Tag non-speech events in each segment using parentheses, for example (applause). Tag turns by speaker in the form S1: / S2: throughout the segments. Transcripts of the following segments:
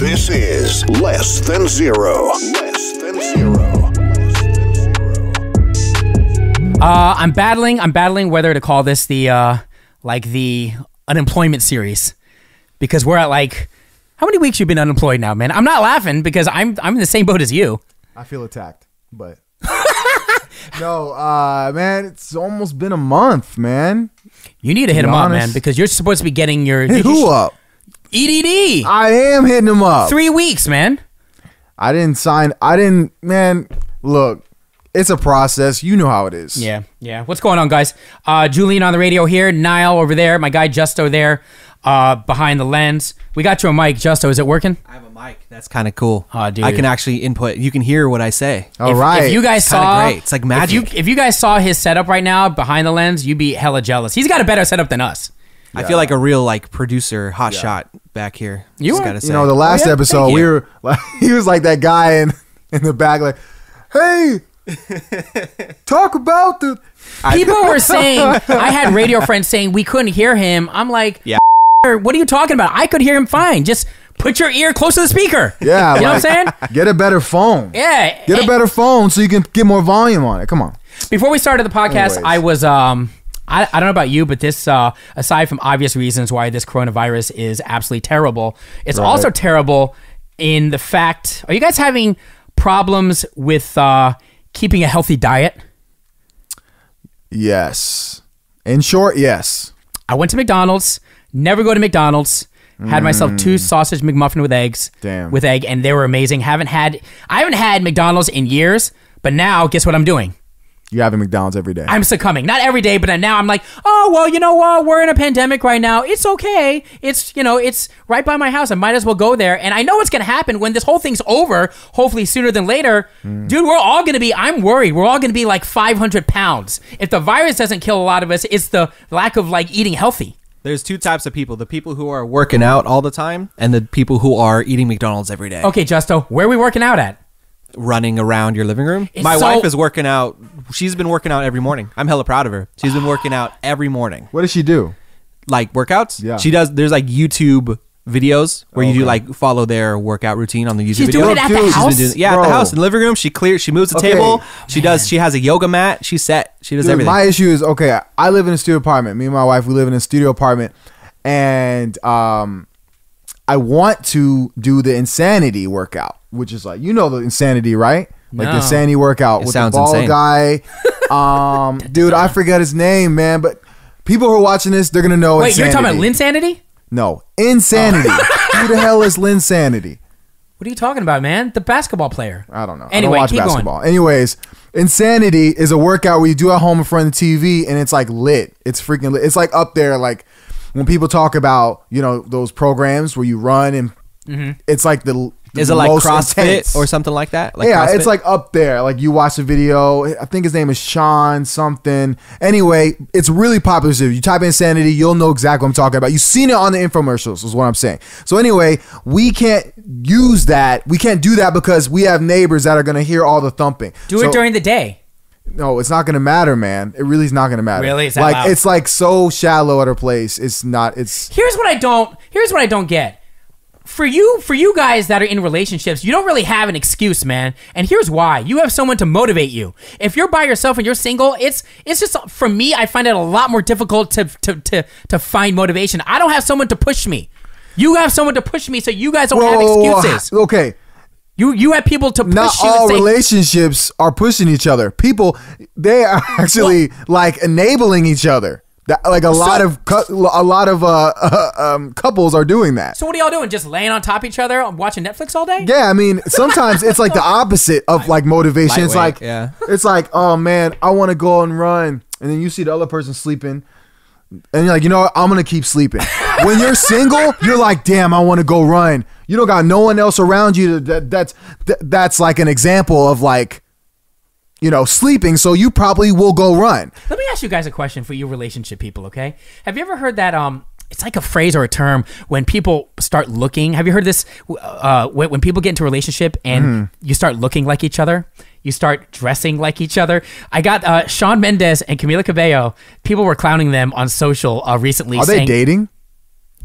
S1: This is Less Than Zero. Less Than Zero.
S2: Uh, I'm battling. I'm battling whether to call this the uh, like the unemployment series because we're at like how many weeks you've been unemployed now, man? I'm not laughing because I'm I'm in the same boat as you.
S3: I feel attacked, but (laughs) no, uh, man, it's almost been a month, man.
S2: You need to hit him up,
S3: honest.
S2: man, because you're supposed to be getting your
S3: Hit who up?
S2: EDD
S3: I am hitting him up.
S2: three weeks, man.
S3: I didn't sign. I didn't, man. Look, it's a process. You know how it is.
S2: Yeah, yeah. What's going on, guys? Uh, Julian on the radio here, Niall over there, my guy Justo there, uh, behind the lens. We got you a mic, Justo. Is it working?
S4: I have a mic. That's kind of cool.
S2: Aw, dude.
S4: I can actually input. You can hear what I say.
S3: All right.
S2: if, If you guys
S4: It's kinda
S2: saw,
S4: great. It's like
S2: If you,
S4: magic.
S2: if you guys saw his setup right now behind the lens, you'd be hella jealous. He's got a better setup than us.
S4: I feel like a real like producer hot shot back here.
S2: You
S4: Just
S2: are-
S4: gotta
S2: you
S4: say.
S3: you know, the last
S2: Oh, yeah?
S3: episode,
S2: Thank
S3: we
S2: you.
S3: were (laughs) like, he was like that guy in in the back, like,
S2: (laughs)
S3: hey, talk about the.
S2: People
S3: (laughs)
S2: were saying
S4: (laughs)
S2: I had radio friends saying we couldn't hear him. I'm like,
S4: Yeah.
S2: What are you talking about? I could hear him fine. Just put your ear close to the speaker.
S3: Yeah,
S2: you know what I'm
S3: like,
S2: saying?
S4: (laughs)
S3: Get a better phone.
S2: Yeah.
S3: Get a
S2: Eh,
S3: better phone so you can get more volume on it. Come on.
S2: Before we started the podcast,
S3: Anyways.
S2: I was um I, I don't know about you, but this uh aside from obvious reasons why this coronavirus is absolutely terrible, it's also terrible in the fact are you guys having problems with uh keeping a healthy diet?
S3: Yes. In short, yes.
S2: I went to McDonald's, never go to McDonald's. Had myself two sausage McMuffin with eggs,
S3: Mm. Damn.
S2: with egg, and they were amazing. Haven't had I haven't had McDonald's in years, but now guess what I'm doing?
S3: You having McDonald's every day.
S2: I'm succumbing. Not every day, but now I'm like, oh well, you know what? We're in a pandemic right now. It's okay. It's you know, it's right by my house. I might as well go there. And I know what's gonna happen when this whole thing's over. Hopefully sooner than later,
S3: Hmm.
S2: dude. We're all gonna be. I'm worried. We're all gonna be like 500 pounds. If the virus doesn't kill a lot of us, it's the lack of like eating healthy.
S4: There's two types of people: the people who are working out all the time, and the people who are eating McDonald's every day,
S2: Okay, Justo, where are we working out at?
S4: running around your living room.
S2: It's
S4: My
S2: so-
S4: wife is working out. She's been working out every morning. I'm hella proud of her. She's been working out every morning,
S3: what does she do?
S4: like workouts.
S3: Yeah.
S4: She does. There's like YouTube videos where you do like follow their workout routine on the YouTube.
S2: She's
S4: video.
S2: doing it at
S3: dude,
S2: the
S3: she's been
S2: house.
S4: She's been doing- yeah, at
S3: Bro.
S4: the house in the living room. She clears. She moves the
S3: Okay.
S4: table. She does. She has a yoga mat. She's set. She does
S3: Dude,
S4: everything.
S3: My issue is okay. I live in a studio apartment. Me and my wife, we live in a studio apartment, and um, I want to do the insanity workout, which is like you know the insanity, right? Like
S2: No.
S3: the insanity workout
S4: It
S3: with the
S4: sounds
S3: ball
S4: insane. (laughs)
S3: guy. Um, dude, I forgot his name, man. But people who are watching this, they're gonna know.
S2: Wait,
S3: insanity.
S2: you're talking about Linsanity?
S3: No,
S2: (laughs)
S3: insanity. Who the hell is Linsanity?
S2: What are you talking about, man? The basketball player.
S3: I don't know.
S2: Anyway,
S3: I don't watch
S2: keep
S3: basketball.
S2: going.
S3: Anyways, insanity is a workout where you do at home in front of the TV and it's like lit. It's freaking lit. It's like up there like when people talk about, you know, those programs where you run and it's like the, the
S4: Mm-hmm. Is it like
S3: most
S4: CrossFit
S3: intense.
S4: or something like that? Like
S3: yeah,
S4: CrossFit?
S3: it's like up there. Like you watch the video. I think his name is Sean something. Anyway, it's really popular. So if you type in insanity, you'll know exactly what I'm talking about. You've seen it on the infomercials, is what I'm saying. So anyway, we can't use that. We can't do that because we have neighbors that are gonna hear all the thumping.
S2: Do
S3: So-
S2: it during the day.
S3: No, it's not gonna matter, man. It really is not gonna matter.
S2: Really? It's that
S3: like
S2: loud?
S3: it's like so shallow at a place. It's not. It's
S2: Here's what I don't. Here's what I don't get. For you, for you guys that are in relationships, you don't really have an excuse, man. And here's why: you have someone to motivate you. If you're by yourself and you're single, it's it's just for me. I find it a lot more difficult to to to, to find motivation. I don't have someone to push me. You have someone to push me, so you guys don't
S3: Whoa,
S2: have excuses.
S3: Okay.
S2: You you have people to push
S3: not
S2: you.
S3: all
S2: and say,
S3: relationships are pushing each other. People, they are (laughs) actually like enabling each other. That, like a lot of cou- a lot of uh, uh, (laughs) um, couples are doing that.
S2: So what are y'all doing? Just laying on top of each other, watching Netflix all day?
S3: yeah, I mean, sometimes it's like the opposite of like motivation. It's like
S4: Lightweight, yeah.
S3: it's like, oh man, I want to go and run, and then you see the other person sleeping, and you're like, you know what, I'm gonna keep sleeping. when you're single, you're like, damn, I want to go run. You don't got no one else around you. That, that's that, that's like an example of like, you know, sleeping. So you probably will go run.
S2: Let me ask you guys a question for you relationship people, okay? Have you ever heard that um it's like a phrase or a term when people start looking. Have you heard this uh when, when people get into a relationship and
S3: Mm-hmm.
S2: you start looking like each other? You start dressing like each other. I got uh, Sean Mendez and Camila Cabello. People were clowning them on social uh, recently.
S3: Are they
S2: saying,
S3: dating?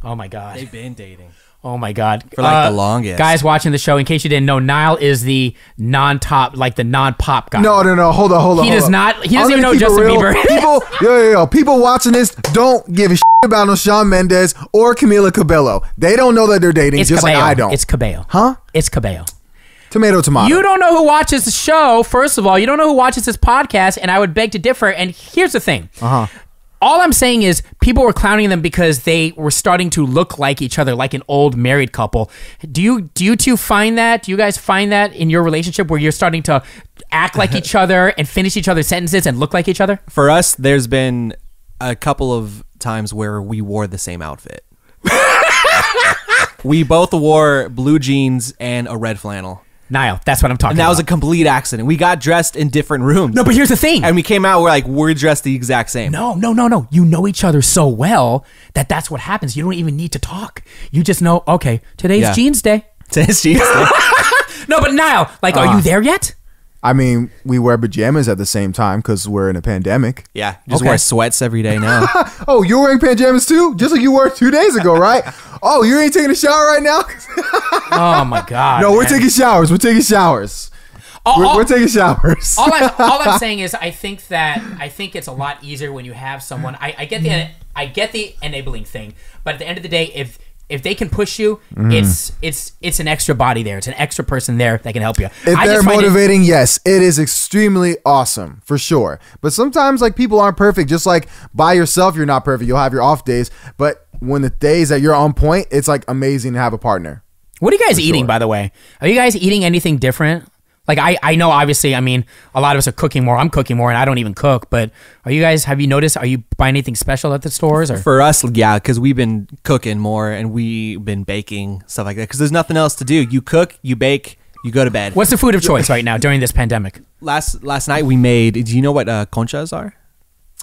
S2: Oh my god!
S4: been dating.
S2: Oh my God! For
S4: like, the longest.
S2: guys watching the show, in case you didn't know, Nile is the non-top, like the non-pop guy.
S3: No, no, no. Hold on, hold on.
S2: He
S3: hold
S2: does
S3: on.
S2: not- he doesn't
S3: I'm
S2: even
S3: gonna
S2: know
S3: keep it
S2: Justin
S3: real.
S2: Bieber. (laughs)
S3: People, yo, yo, yo, people watching this don't give a shit about no Shawn Mendes or Camila Cabello. They don't know that they're dating,
S2: it's
S3: just
S2: Cabello.
S3: like I don't.
S2: It's Cabello.
S3: Huh?
S2: It's Cabello.
S3: tomato, tomato.
S2: You don't know who watches the show. First of all, you don't know who watches this podcast, and I would beg to differ. And here's the thing.
S4: Uh-huh.
S2: Uh huh. All I'm saying is people were clowning them because they were starting to look like each other, like an old married couple. Do you do you two find that? Do you guys find that in your relationship where you're starting to act
S4: (laughs)
S2: like each other and finish each other's sentences and look like each other?
S4: For us, there's been a couple of times where we wore the
S3: (laughs)
S4: same outfit. we both wore blue jeans and a red flannel.
S2: Niall, that's what I'm talking
S4: And that
S2: about.
S4: was a complete accident. We got dressed in different rooms.
S2: no, but here's the thing.
S4: and we came out, we're like, we're dressed the exact same. (laughs)
S2: No, no, no, no. You know each other so well that that's what happens. You don't even need to talk. You just know, okay, today's
S4: Yeah.
S2: jeans day.
S3: (laughs)
S4: It's jeans.
S2: No, but Niall, like, are you there yet?
S3: I mean, we wear pajamas at the same time because we're in a pandemic.
S4: yeah. Just
S2: Okay.
S4: wear sweats every day now.
S3: Oh, you're wearing pajamas too, just like you were two days ago,
S2: (laughs)
S3: right? oh, you ain't taking a shower right now. (laughs)
S2: Oh my (laughs) god.
S3: no, we're
S2: man.
S3: taking showers. We're taking showers.
S2: All,
S3: We're,
S2: all-
S3: we're taking showers.
S2: all I'm, all
S3: (laughs)
S2: I'm saying is, I think that I think it's a lot easier when you have someone. I, I get the I get the enabling thing, but at the end of the day, if if they can push you,
S3: Mm-hmm.
S2: it's it's it's an extra body there. It's an extra person there that can help you.
S3: if
S2: I
S3: they're
S2: just find it-
S3: motivating, yes, it is extremely awesome for sure. But sometimes, like people aren't perfect. Just like by yourself, you're not perfect. You'll have your off days, but when the days that you're on point, it's like amazing to have a partner.
S2: What are you guys eating, by the way? Are you guys eating anything different? Like I, I know obviously, I mean, a lot of us are cooking more. I'm cooking more, and I don't even cook. But are you guys? Have you noticed? Are you buying anything special at the stores? Or
S4: For us, yeah, because we've been cooking more and we've been baking stuff like that. Because there's nothing else to do. You cook, you bake, you go to bed.
S2: what's the food of choice right now during this pandemic?
S4: Last last night we made. Do you know what uh, conchas are?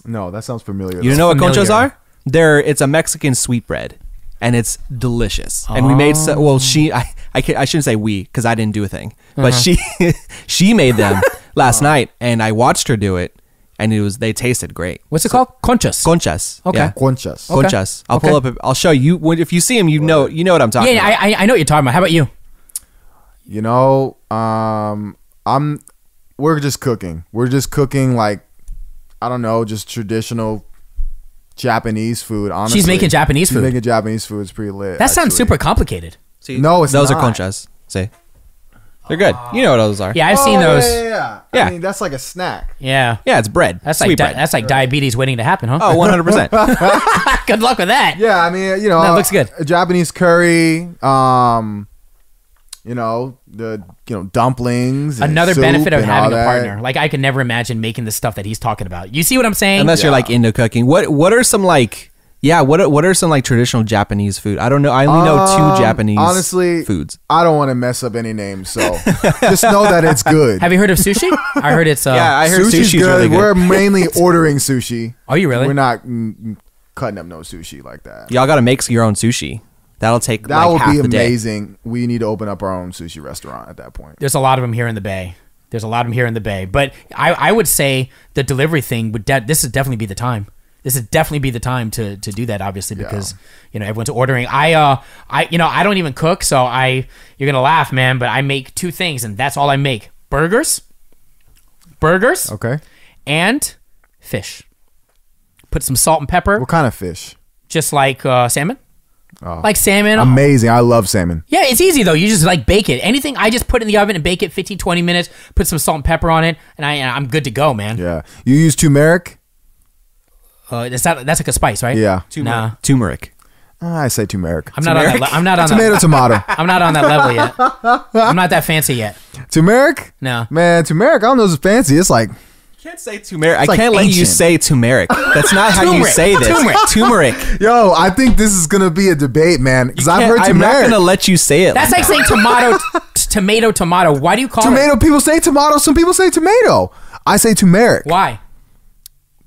S3: No, that sounds familiar. though.
S4: You don't know what conchas
S2: familiar.
S4: are? They're it's a Mexican sweetbread, and it's delicious. And we made so, well. She I I, can, I shouldn't say we because I didn't do a thing,
S2: Uh-huh.
S4: but she (laughs) she made them last night, and I watched her do it, and it was they tasted great.
S2: What's it called? Conchas.
S4: Conchas.
S2: Okay.
S4: yeah.
S3: Conchas.
S2: Okay.
S4: Conchas. I'll pull up. A, I'll show you. When- If you see them, you know you know what I'm
S2: yeah,
S4: talking
S2: yeah,
S4: about.
S2: I, I- I know what you're talking about. How about you?
S3: You know, um, I'm. We're just cooking. We're just cooking like, I don't know, just traditional Japanese food. Honestly,
S2: making Japanese
S3: She's
S2: food.
S3: making Japanese food. It's pretty lit.
S2: That sounds
S3: actually.
S2: super complicated.
S4: See,
S3: No, it's
S4: those
S3: not.
S4: are conchas. See, they're good. You know what those are?
S2: Yeah, I've seen
S3: Oh,
S2: those. Yeah,
S3: Yeah, yeah, yeah. I
S4: Yeah.
S3: mean, that's like a snack.
S4: Yeah, it's bread.
S2: that's
S4: sweet
S2: like di-
S4: bread.
S2: that's like diabetes waiting to happen, huh?
S4: oh,
S3: (laughs)
S4: 100 percent.
S2: (laughs) good luck with that.
S3: Yeah, I mean, you know,
S2: That looks good.
S3: a Japanese curry, um, you know, the you know dumplings. and
S2: Another
S3: soup
S2: benefit of
S3: and all
S2: having a
S3: that.
S2: partner. Like I could never imagine making the stuff that he's talking about. You see what I'm saying?
S4: Unless you're like into cooking. What What are some like? Yeah, what are, what are some like traditional Japanese food? I don't know. I only know
S3: Um,
S4: two Japanese
S3: honestly,
S4: foods.
S3: I don't want to mess up any names,
S2: (laughs)
S3: so just know that it's good.
S2: Have you heard of
S3: (laughs)
S2: sushi? I heard it's uh,
S4: Yeah, I heard
S3: Sushi's
S4: sushi's really good.
S2: (laughs)
S3: We're mainly ordering sushi.
S2: Are you really?
S3: We're not mm, cutting up no sushi like that.
S4: Y'all got to make your own sushi. That'll take
S3: That
S4: like half
S3: would
S4: the
S3: be
S4: day.
S3: amazing. We need to open up our own sushi restaurant at that point.
S2: there's a lot of them here in the bay. There's a lot of them here in the bay. But I, I would say the delivery thing would de- this would definitely be the time. This would definitely be the time to, to do that, obviously, because you know everyone's ordering. I uh I you know I don't even cook, so I you're gonna laugh, man. But I make two things, and that's all I make: burgers, burgers,
S3: Okay.
S2: and fish. Put some salt and pepper,
S3: What kind of fish?
S2: just like uh, salmon, like salmon.
S3: Amazing. I love salmon.
S2: Yeah, it's easy though. You just like bake it. Anything I just put in the oven and bake it 15, 20 minutes, put some salt and pepper on it, and I and I'm good to go, man.
S3: Yeah. You use turmeric?
S2: Uh, that's not that's like a spice, right?
S3: Yeah.
S2: Nah.
S4: Turmeric.
S3: Ah, I say turmeric.
S2: I'm not on that le- I'm not on
S3: tomato,
S2: that (laughs)
S3: tomato.
S2: I'm not on that level
S3: (laughs)
S2: yet. I'm not that fancy yet.
S3: turmeric?
S2: No.
S3: Man, turmeric, I don't know if it's fancy. It's like,
S4: You can't say turmeric. I
S3: like
S4: can't let you
S3: ancient.
S4: say turmeric. That's not how you
S2: Turmeric.
S4: say this.
S2: Turmeric.
S4: Turmeric.
S3: yo, I think this is going to be a debate, man. Because I've heard
S4: I'm not
S3: turmeric.
S4: gonna let you say it.
S2: That's like saying tomato t- tomato tomato. Why do you call it
S3: tomato, people say tomato. Some people say tomato. I say turmeric.
S2: Why?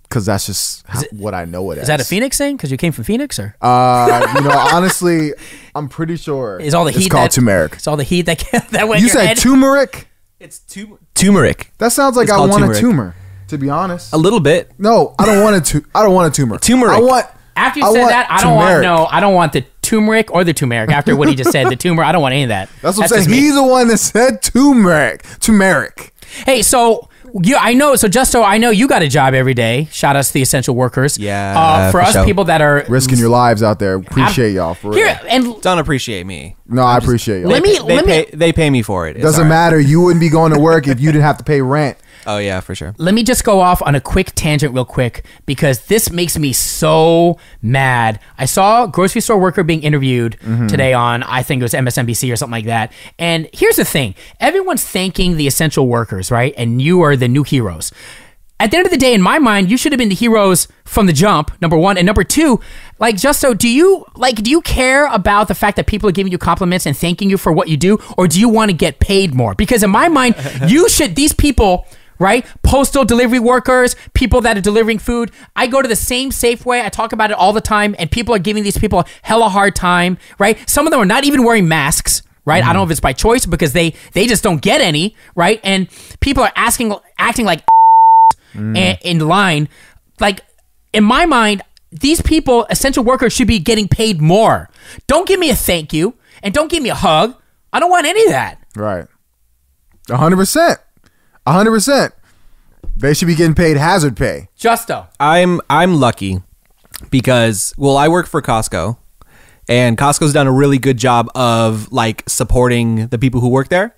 S3: Because that's just how- what I know it
S2: Is that a Phoenix thing? Because you came from Phoenix or
S3: Uh, you know, honestly, I'm pretty sure
S2: is all the heat
S3: it's called
S2: that,
S3: turmeric.
S2: It's all the heat that (laughs) that went
S3: You
S2: your
S3: said
S2: head?
S3: turmeric?
S4: it's tu- turmeric.
S3: That sounds like
S4: It's
S3: I
S4: called
S3: want a
S4: turmeric.
S3: tumor. To be honest,
S4: A little bit.
S3: no, I don't want a tu- I don't want a tumor.
S4: Turmeric.
S3: I want
S2: After you
S3: I
S2: said
S3: want
S2: that, I don't
S3: turmeric.
S2: want no. I don't want the turmeric or the turmeric. After what he just said, the tumor. I don't want any of that.
S3: That's what I'm
S2: just
S3: saying.
S2: me.
S3: He's the one that said turmeric. Turmeric.
S2: Hey, so you, I know. So just so I know, you got a job every day. Shout out to the essential workers.
S4: Yeah,
S2: Uh, for
S4: for
S2: us
S4: sure.
S2: people that are
S3: Risking your lives out there. Appreciate y'all for
S2: here
S3: real.
S2: and
S4: Don't appreciate me.
S3: No, I appreciate y'all.
S2: Let me-
S4: They- they
S2: let me-
S4: pay, They pay me for it. It's
S3: Doesn't
S4: all right.
S3: matter. You wouldn't be going to work if you didn't have to pay rent.
S4: Oh yeah, for sure.
S2: let me just go off on a quick tangent real quick because this makes me so mad. I saw a grocery store worker being interviewed
S4: Mm-hmm.
S2: today on I think it was MSNBC or something like that. And here's the thing. Everyone's thanking the essential workers, right? And you are the new heroes. At the end of the day, in my mind, you should have been the heroes from the jump, number one. And number two, like just so do you like do you care about the fact that people are giving you compliments and thanking you for what you do, or do you want to get paid more? Because in my mind, you should these people right? Postal delivery workers, people that are delivering food. I go to the same Safeway. I talk about it all the time, and people are giving these people a hella hard time, right? Some of them are not even wearing masks, right? I don't know if it's by choice because they they just don't get any, right? And people are asking, acting like a- in line, like in my mind, these people, essential workers, should be getting paid more. Don't give me a thank you, and don't give me a hug. I don't want any of that.
S3: Right. A hundred percent. A hundred percent. They should be getting paid hazard pay.
S2: Justo.
S4: I'm I'm lucky because well, I work for Costco, and Costco's done a really good job of like supporting the people who work there.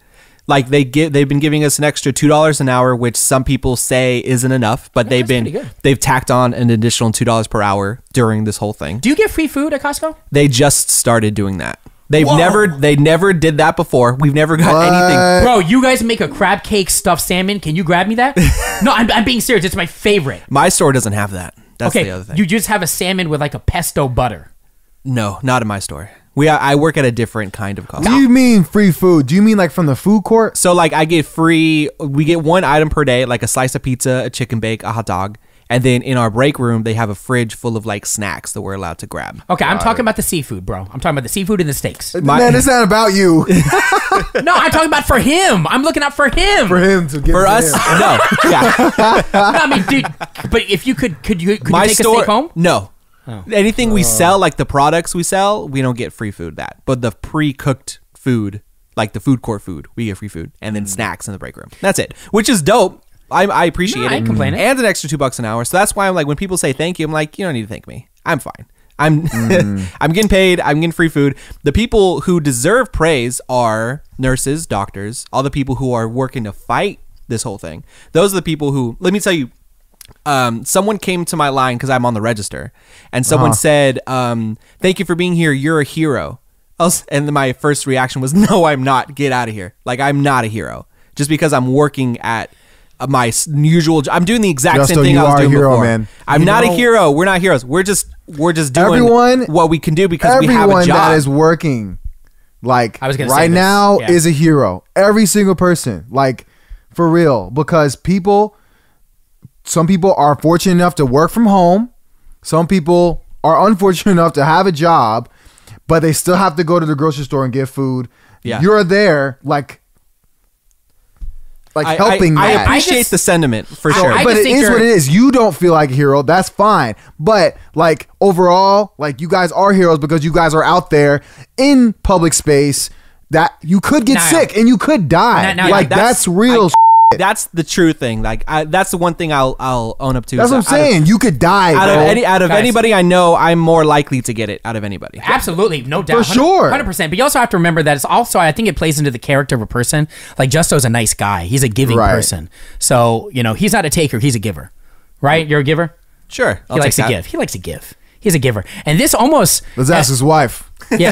S4: Like they get, they've been giving us an extra two dollars an hour, which some people say isn't enough, but they've
S2: pretty
S4: been
S2: good.
S4: they've tacked on an additional two dollars per hour during this whole thing.
S2: Do you get free food at Costco?
S4: They just started doing that. They've
S2: Whoa.
S4: never they never did that before. We've never got anything.
S2: Bro, you guys make a crab cake stuffed salmon. Can you grab me
S4: (laughs)
S2: that? no, I'm, I'm being serious. It's my favorite.
S4: My store doesn't have that. That's
S2: okay,
S4: the other thing.
S2: you just have a salmon with like a pesto butter.
S4: no, not in my store. We I work at a different kind of Costco.
S3: What do you mean free food? Do you mean like from the food court?
S4: So like I get free we get one item per day, like a slice of pizza, a chicken bake, a hot dog. And then in our break room they have a fridge full of like snacks that we're allowed to grab.
S2: Okay, I'm talking about the seafood, bro. I'm talking about the seafood and the
S4: (laughs)
S2: steaks.
S4: My-
S3: Man, it's not about
S4: (laughs)
S3: you.
S2: no, I'm talking about for him. I'm looking out for him.
S3: For him to give
S4: For
S3: it to
S4: us,
S3: him.
S4: no. Yeah.
S2: No, I mean, dude, but if you could, could you, could you
S4: My
S2: take a
S4: store
S2: steak home? Oh.
S4: No. Anything we sell, like the products we sell, we don't get free food that. But the pre cooked food, like the food court food, we get free food. And
S2: Mm.
S4: then snacks in the break room. That's it. Which is dope. I, I appreciate
S2: No, I
S4: it.
S2: ain't complaining.
S4: And an extra two bucks an hour. So that's why I'm like when people say thank you, I'm like, you don't need to thank me. I'm fine. I'm (laughs) I'm getting paid, I'm getting free food. The people who deserve praise are nurses, doctors, all the people who are working to fight this whole thing. Those are the people who let me tell you um, someone came to my line because I'm on the register, and
S3: Uh-huh.
S4: someone said, um, "Thank you for being here. You're a hero." (laughs) I was- and then my first reaction was, (laughs) "No, I'm not. Get out of here. Like I'm not a hero just because I'm working at uh, my s- usual. jo- I'm doing the exact
S3: Justo,
S4: same thing
S3: you
S4: I was
S3: are a
S4: doing
S3: hero,
S4: before.
S3: man.
S4: I'm
S3: You
S4: not
S3: know-
S4: a hero. We're not heroes. We're just we're just doing
S3: Everyone-
S4: what we can do because we have a
S3: Everyone
S4: job.
S3: that is working, like
S2: I was gonna say
S3: right
S2: this.
S3: now,
S2: Yeah.
S3: is a hero. Every single person, like for real, because people, some people are fortunate enough to work from home. Some people are unfortunate (laughs) enough to have a job, but they still have to go to the grocery store and get food.
S4: Yeah.
S3: You're there, like, like
S4: I,
S3: helping.
S4: I, I
S3: that.
S4: appreciate
S2: I just-
S4: the sentiment for
S2: I-
S4: sure.
S2: I-
S3: but
S2: just
S3: it
S2: think
S3: is
S2: you're-
S3: what it is. You don't feel like a hero. That's fine. But like overall, like you guys are heroes because you guys are out there in public space that you could get
S2: Nah.
S3: sick and you could die.
S2: Nah, nah,
S3: like
S4: nah,
S3: that's,
S4: that's-
S3: real.
S4: I-
S3: s***.
S4: that's the true thing. Like I, that's the one thing I'll I'll own up to.
S3: that's
S4: is
S3: what I'm
S4: that out of-
S3: saying. You could die,
S4: out of
S3: bro.
S4: any out of
S2: Guys.
S4: anybody I know, I'm more likely to get it out of anybody.
S2: Absolutely, no doubt,
S3: sure.
S2: hundred percent. But you also have to remember that it's also I think it plays into the character of a person. Like Justo's a nice guy; he's a giving
S3: Right.
S2: person. So you know he's not a taker; he's a giver. Right? You're a giver.
S4: Sure, I'll
S2: he
S4: take
S2: likes to
S4: that.
S2: give. He likes to give. He's a giver. And this almost
S3: Let's ask his wife.
S2: yeah.
S3: (laughs)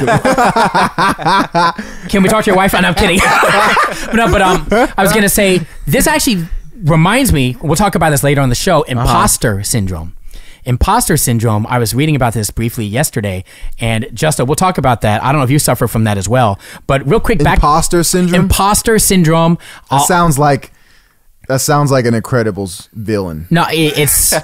S2: Can we talk to your wife? No, I'm kidding. but no, but um, I was gonna say this actually reminds me. We'll talk about this later on the show.
S3: Uh-huh.
S2: Imposter syndrome. Imposter syndrome. I was reading about this briefly yesterday, and Justa, we'll talk about that. I don't know if you suffer from that as well, but real quick, back
S3: Imposter syndrome.
S2: Imposter syndrome.
S3: that
S2: I'll-
S3: sounds like that sounds like an Incredibles villain.
S2: no, it,
S3: (laughs)
S2: it's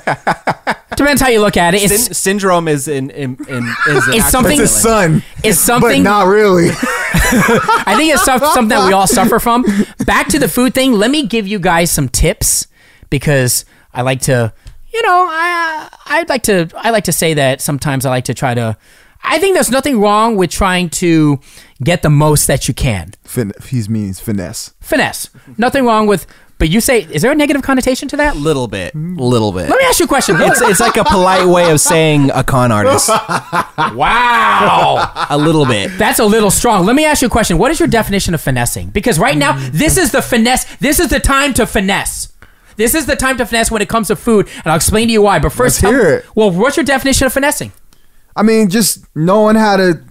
S2: depends how you look at it. It's
S4: Syn- syndrome is in, in, in
S2: (laughs)
S4: is an
S2: It's
S4: actual
S2: something-
S3: It's his
S4: feeling.
S3: son,
S2: it's
S3: but
S2: something
S3: not really. (laughs)
S2: I think it's some- something that we all suffer from. Back to the food thing. Let me give you guys some tips because I like to, you you know, I I'd like to I like to say that sometimes I like to try to. I think there's nothing wrong with trying to get the most that you can.
S3: Fin- he's means finesse.
S2: Finesse. Nothing wrong with. But you say, is there a negative connotation to that? Let
S4: Little bit, little bit.
S2: me ask you a question.
S4: It's it's like a polite way of saying a con artist.
S2: wow.
S4: A little bit.
S2: That's a little strong. Let me ask you a question. What is your definition of finessing? Because right now, this is the finesse. This is the time to finesse. This is the time to finesse when it comes to food, and I'll explain to you why. But 1st
S3: Let's hear it.
S2: well, what's your definition of finessing?
S3: I mean, just knowing how to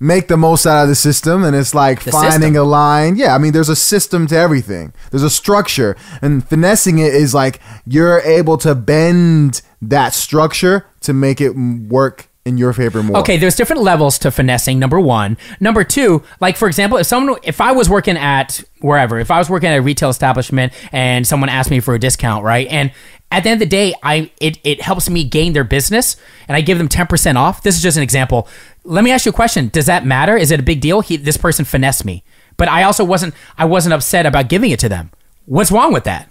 S3: make the most out of the system and it's like finding
S2: system.
S3: a line. Yeah, I mean, there's a system to everything. There's a structure. And finessing it is like you're able to bend that structure to make it m- work in your favor more.
S2: Okay, there's different levels to finessing. Number one, number two, like for example, if someone, if I was working at wherever, if I was working at a retail establishment and someone asked me for a discount, right, and at the end of the day, I it, it helps me gain their business, and I give them ten percent off. This is just an example. Let me ask you a question: Does that matter? Is it a big deal? He, this person finessed me, but I also wasn't I wasn't upset about giving it to them. What's wrong with that?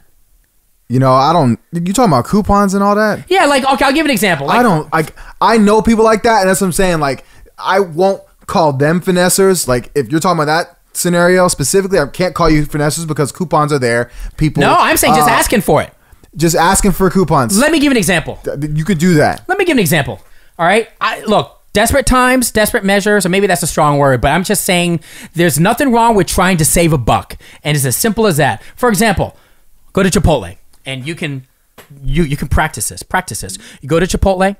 S3: You know, I don't you talking about coupons and all that?
S2: Yeah, like okay, I'll give an example. Like,
S3: I don't like I know people like that and that's what I'm saying like I won't call them finessers. Like if you're talking about that scenario specifically, I can't call you finessers because coupons are there. People
S2: No, I'm saying just
S3: uh,
S2: asking for it.
S3: just asking for coupons.
S2: Let me give an example.
S3: you could do that.
S2: let me give an example. All right. I, look, desperate times, desperate measures, or maybe that's a strong word, but I'm just saying there's nothing wrong with trying to save a buck. And it's as simple as that. For example, go to Chipotle and you can you you can practice this. Practice this. You go to Chipotle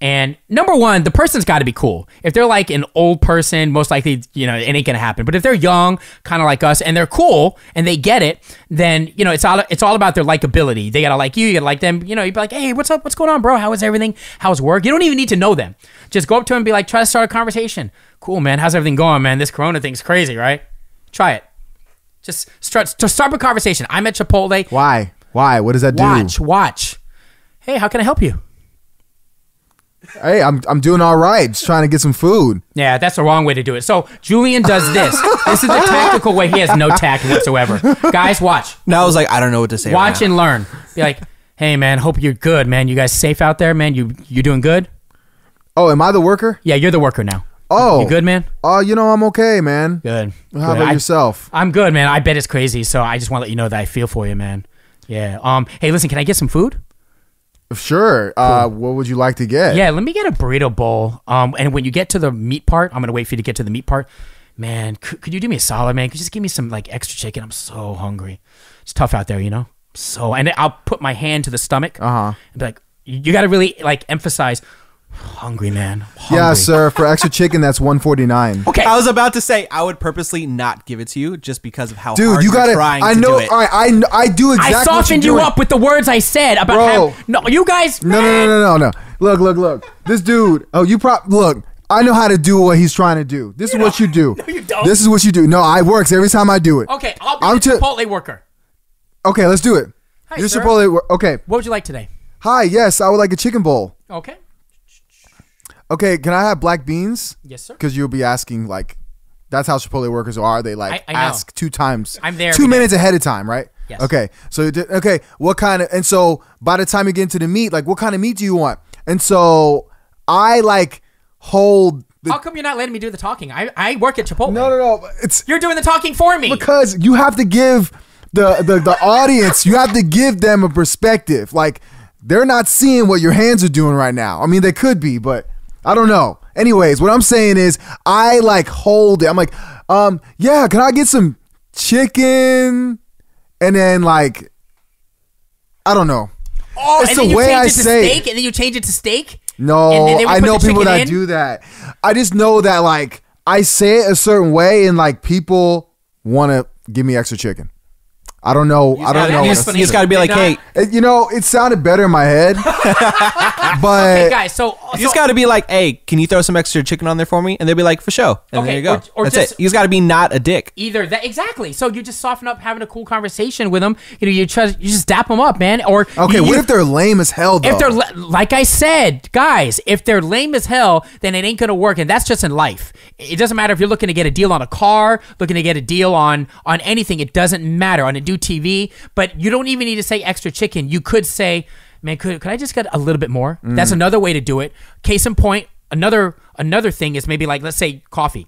S2: and number one, the person's got to be cool. If they're like an old person, most likely, you know, it ain't gonna happen. But if they're young, kind of like us, and they're cool and they get it, then you know, it's all it's all about their likability. They gotta like you, you gotta like them. You know, you'd be like, hey, what's up? What's going on, bro? How is everything? How's work? You don't even need to know them. Just go up to them and be like, try to start a conversation. Cool, man. How's everything going, man? This Corona thing's crazy, right? Try it. Just start to start a conversation. I'm at Chipotle.
S3: Why? Why? What does that
S2: Watch,
S3: do?
S2: watch. Hey, how can I help you?
S3: Hey, I'm I'm doing all right. Just trying to get some food.
S2: Yeah, that's the wrong way to do it. So Julian does
S3: (laughs)
S2: this. this is the tactical way. He has no tact whatsoever. Guys, watch,
S4: Now I was like, I don't know what to say.
S2: watch
S4: right now.
S2: and learn. Be like, hey man, hope you're good, man. You guys safe out there, man. You you doing good?
S3: Oh, am I the worker?
S2: Yeah, you're the worker now.
S3: Oh,
S2: You good, man?
S3: Oh, you know I'm okay, man.
S2: Good.
S3: How
S2: Good.
S3: about
S2: I-
S3: yourself?
S2: I'm good, man. I bet it's crazy. So I just want to let you know that I feel for you, man. Yeah. Um. Hey, listen, can I get some food?
S3: Sure. Uh, what would you like to get?
S2: Yeah, let me get a burrito bowl. Um, and when you get to the meat part, I'm gonna wait for you to get to the meat part. Man, could, could you do me a solid, man? Could you just give me some like extra chicken? I'm so hungry. It's tough out there, you know. So, and I'll put my hand to the stomach.
S3: Uh-huh.
S2: And be like, you got to really like emphasize, hungry man. Hungry.
S3: Yeah, sir. For extra chicken,
S2: (laughs)
S3: that's 149.
S2: Okay.
S4: I was about to say I would purposely not give it to you just because of how
S3: Dude,
S4: hard
S3: you
S4: you
S3: got
S4: are
S3: it.
S4: trying
S3: I
S4: to
S3: know.
S4: do it.
S3: All right, I kn- I do exactly.
S2: I
S3: what you're
S2: softened you
S3: doing.
S2: up with the words I said about
S3: Bro.
S2: how- no, you guys.
S3: No, no, no, no, no, no. Look, look, look. This dude. Oh, you prop. Look, I know how to do what he's trying to do. This is what
S2: (laughs)
S3: you do. No,
S2: you don't.
S3: This is what you do. No, I works every time I do it.
S2: Okay, I'll be
S3: I'm
S2: the
S3: t-
S2: Chipotle worker.
S3: Okay, let's do it.
S2: Hi,
S3: You're
S2: sir.
S3: Chipotle. wor- Okay.
S2: What would you like today?
S3: Hi. Yes, I would like a chicken bowl.
S2: Okay.
S3: Okay, can I have black beans?
S2: Yes, sir.
S3: Because you'll be asking like, that's how Chipotle workers are. They like
S2: I- I know.
S3: ask two times.
S2: I'm there every
S3: Two
S2: day.
S3: minutes ahead of time, right?
S2: Yes.
S3: Okay. So you did- okay, what kind of and so by the time you get into the meat, like what kind of meat do you want? And so I like hold the
S2: How come you're not letting me do the talking? I, I work at Chipotle.
S3: no no no it's
S2: You're doing the talking for me.
S3: because you have to give the the, the audience you have to give them a perspective like they're not seeing what your hands are doing right now i mean they could be but i don't know anyways what i'm saying is i like hold it i'm like um yeah can i get some chicken and then like i don't know
S2: Oh,
S3: It's
S2: and
S3: the
S2: then you
S3: way
S2: change it
S3: I
S2: to
S3: say it.
S2: steak, and then you change it to steak.
S3: No,
S2: And then they would
S3: I
S2: put
S3: know
S2: the
S3: people
S2: chicken
S3: that
S2: in?
S3: do that. I just know that like I say it a certain way, and like people want to give me extra chicken. I don't know. I don't
S2: gotta-
S3: know.
S2: you
S3: what
S2: just-
S3: to
S4: he's
S2: either.
S4: got to be
S2: Did
S4: like,
S2: not-
S4: hey,
S3: say. you know, it sounded better in my
S2: (laughs)
S3: head, but
S2: Hey guys, so, so
S4: You just got to be like, hey, can you throw some extra chicken on there for me? And they'll be like, for sure. And
S2: Okay,
S4: there you go.
S2: or- or
S4: That's
S2: just-
S4: it. You just got to be not a dick.
S2: either that exactly. So you just soften up having a cool conversation with them. You know, you try, you just dap them up, man. Or
S3: okay.
S2: you,
S3: what if they're lame as hell? Though?
S2: if they're la- like I said, guys, if they're lame as hell, then it ain't gonna work, and that's just in life. It doesn't matter if you're looking to get a deal on a car, looking to get a deal on on anything. It doesn't matter on a new TV. But you don't even need to say extra chicken. You could say, man, could, could I just get a little bit more?
S3: Mm.
S2: That's another way to do it. Case in point, another another thing is maybe like let's say coffee.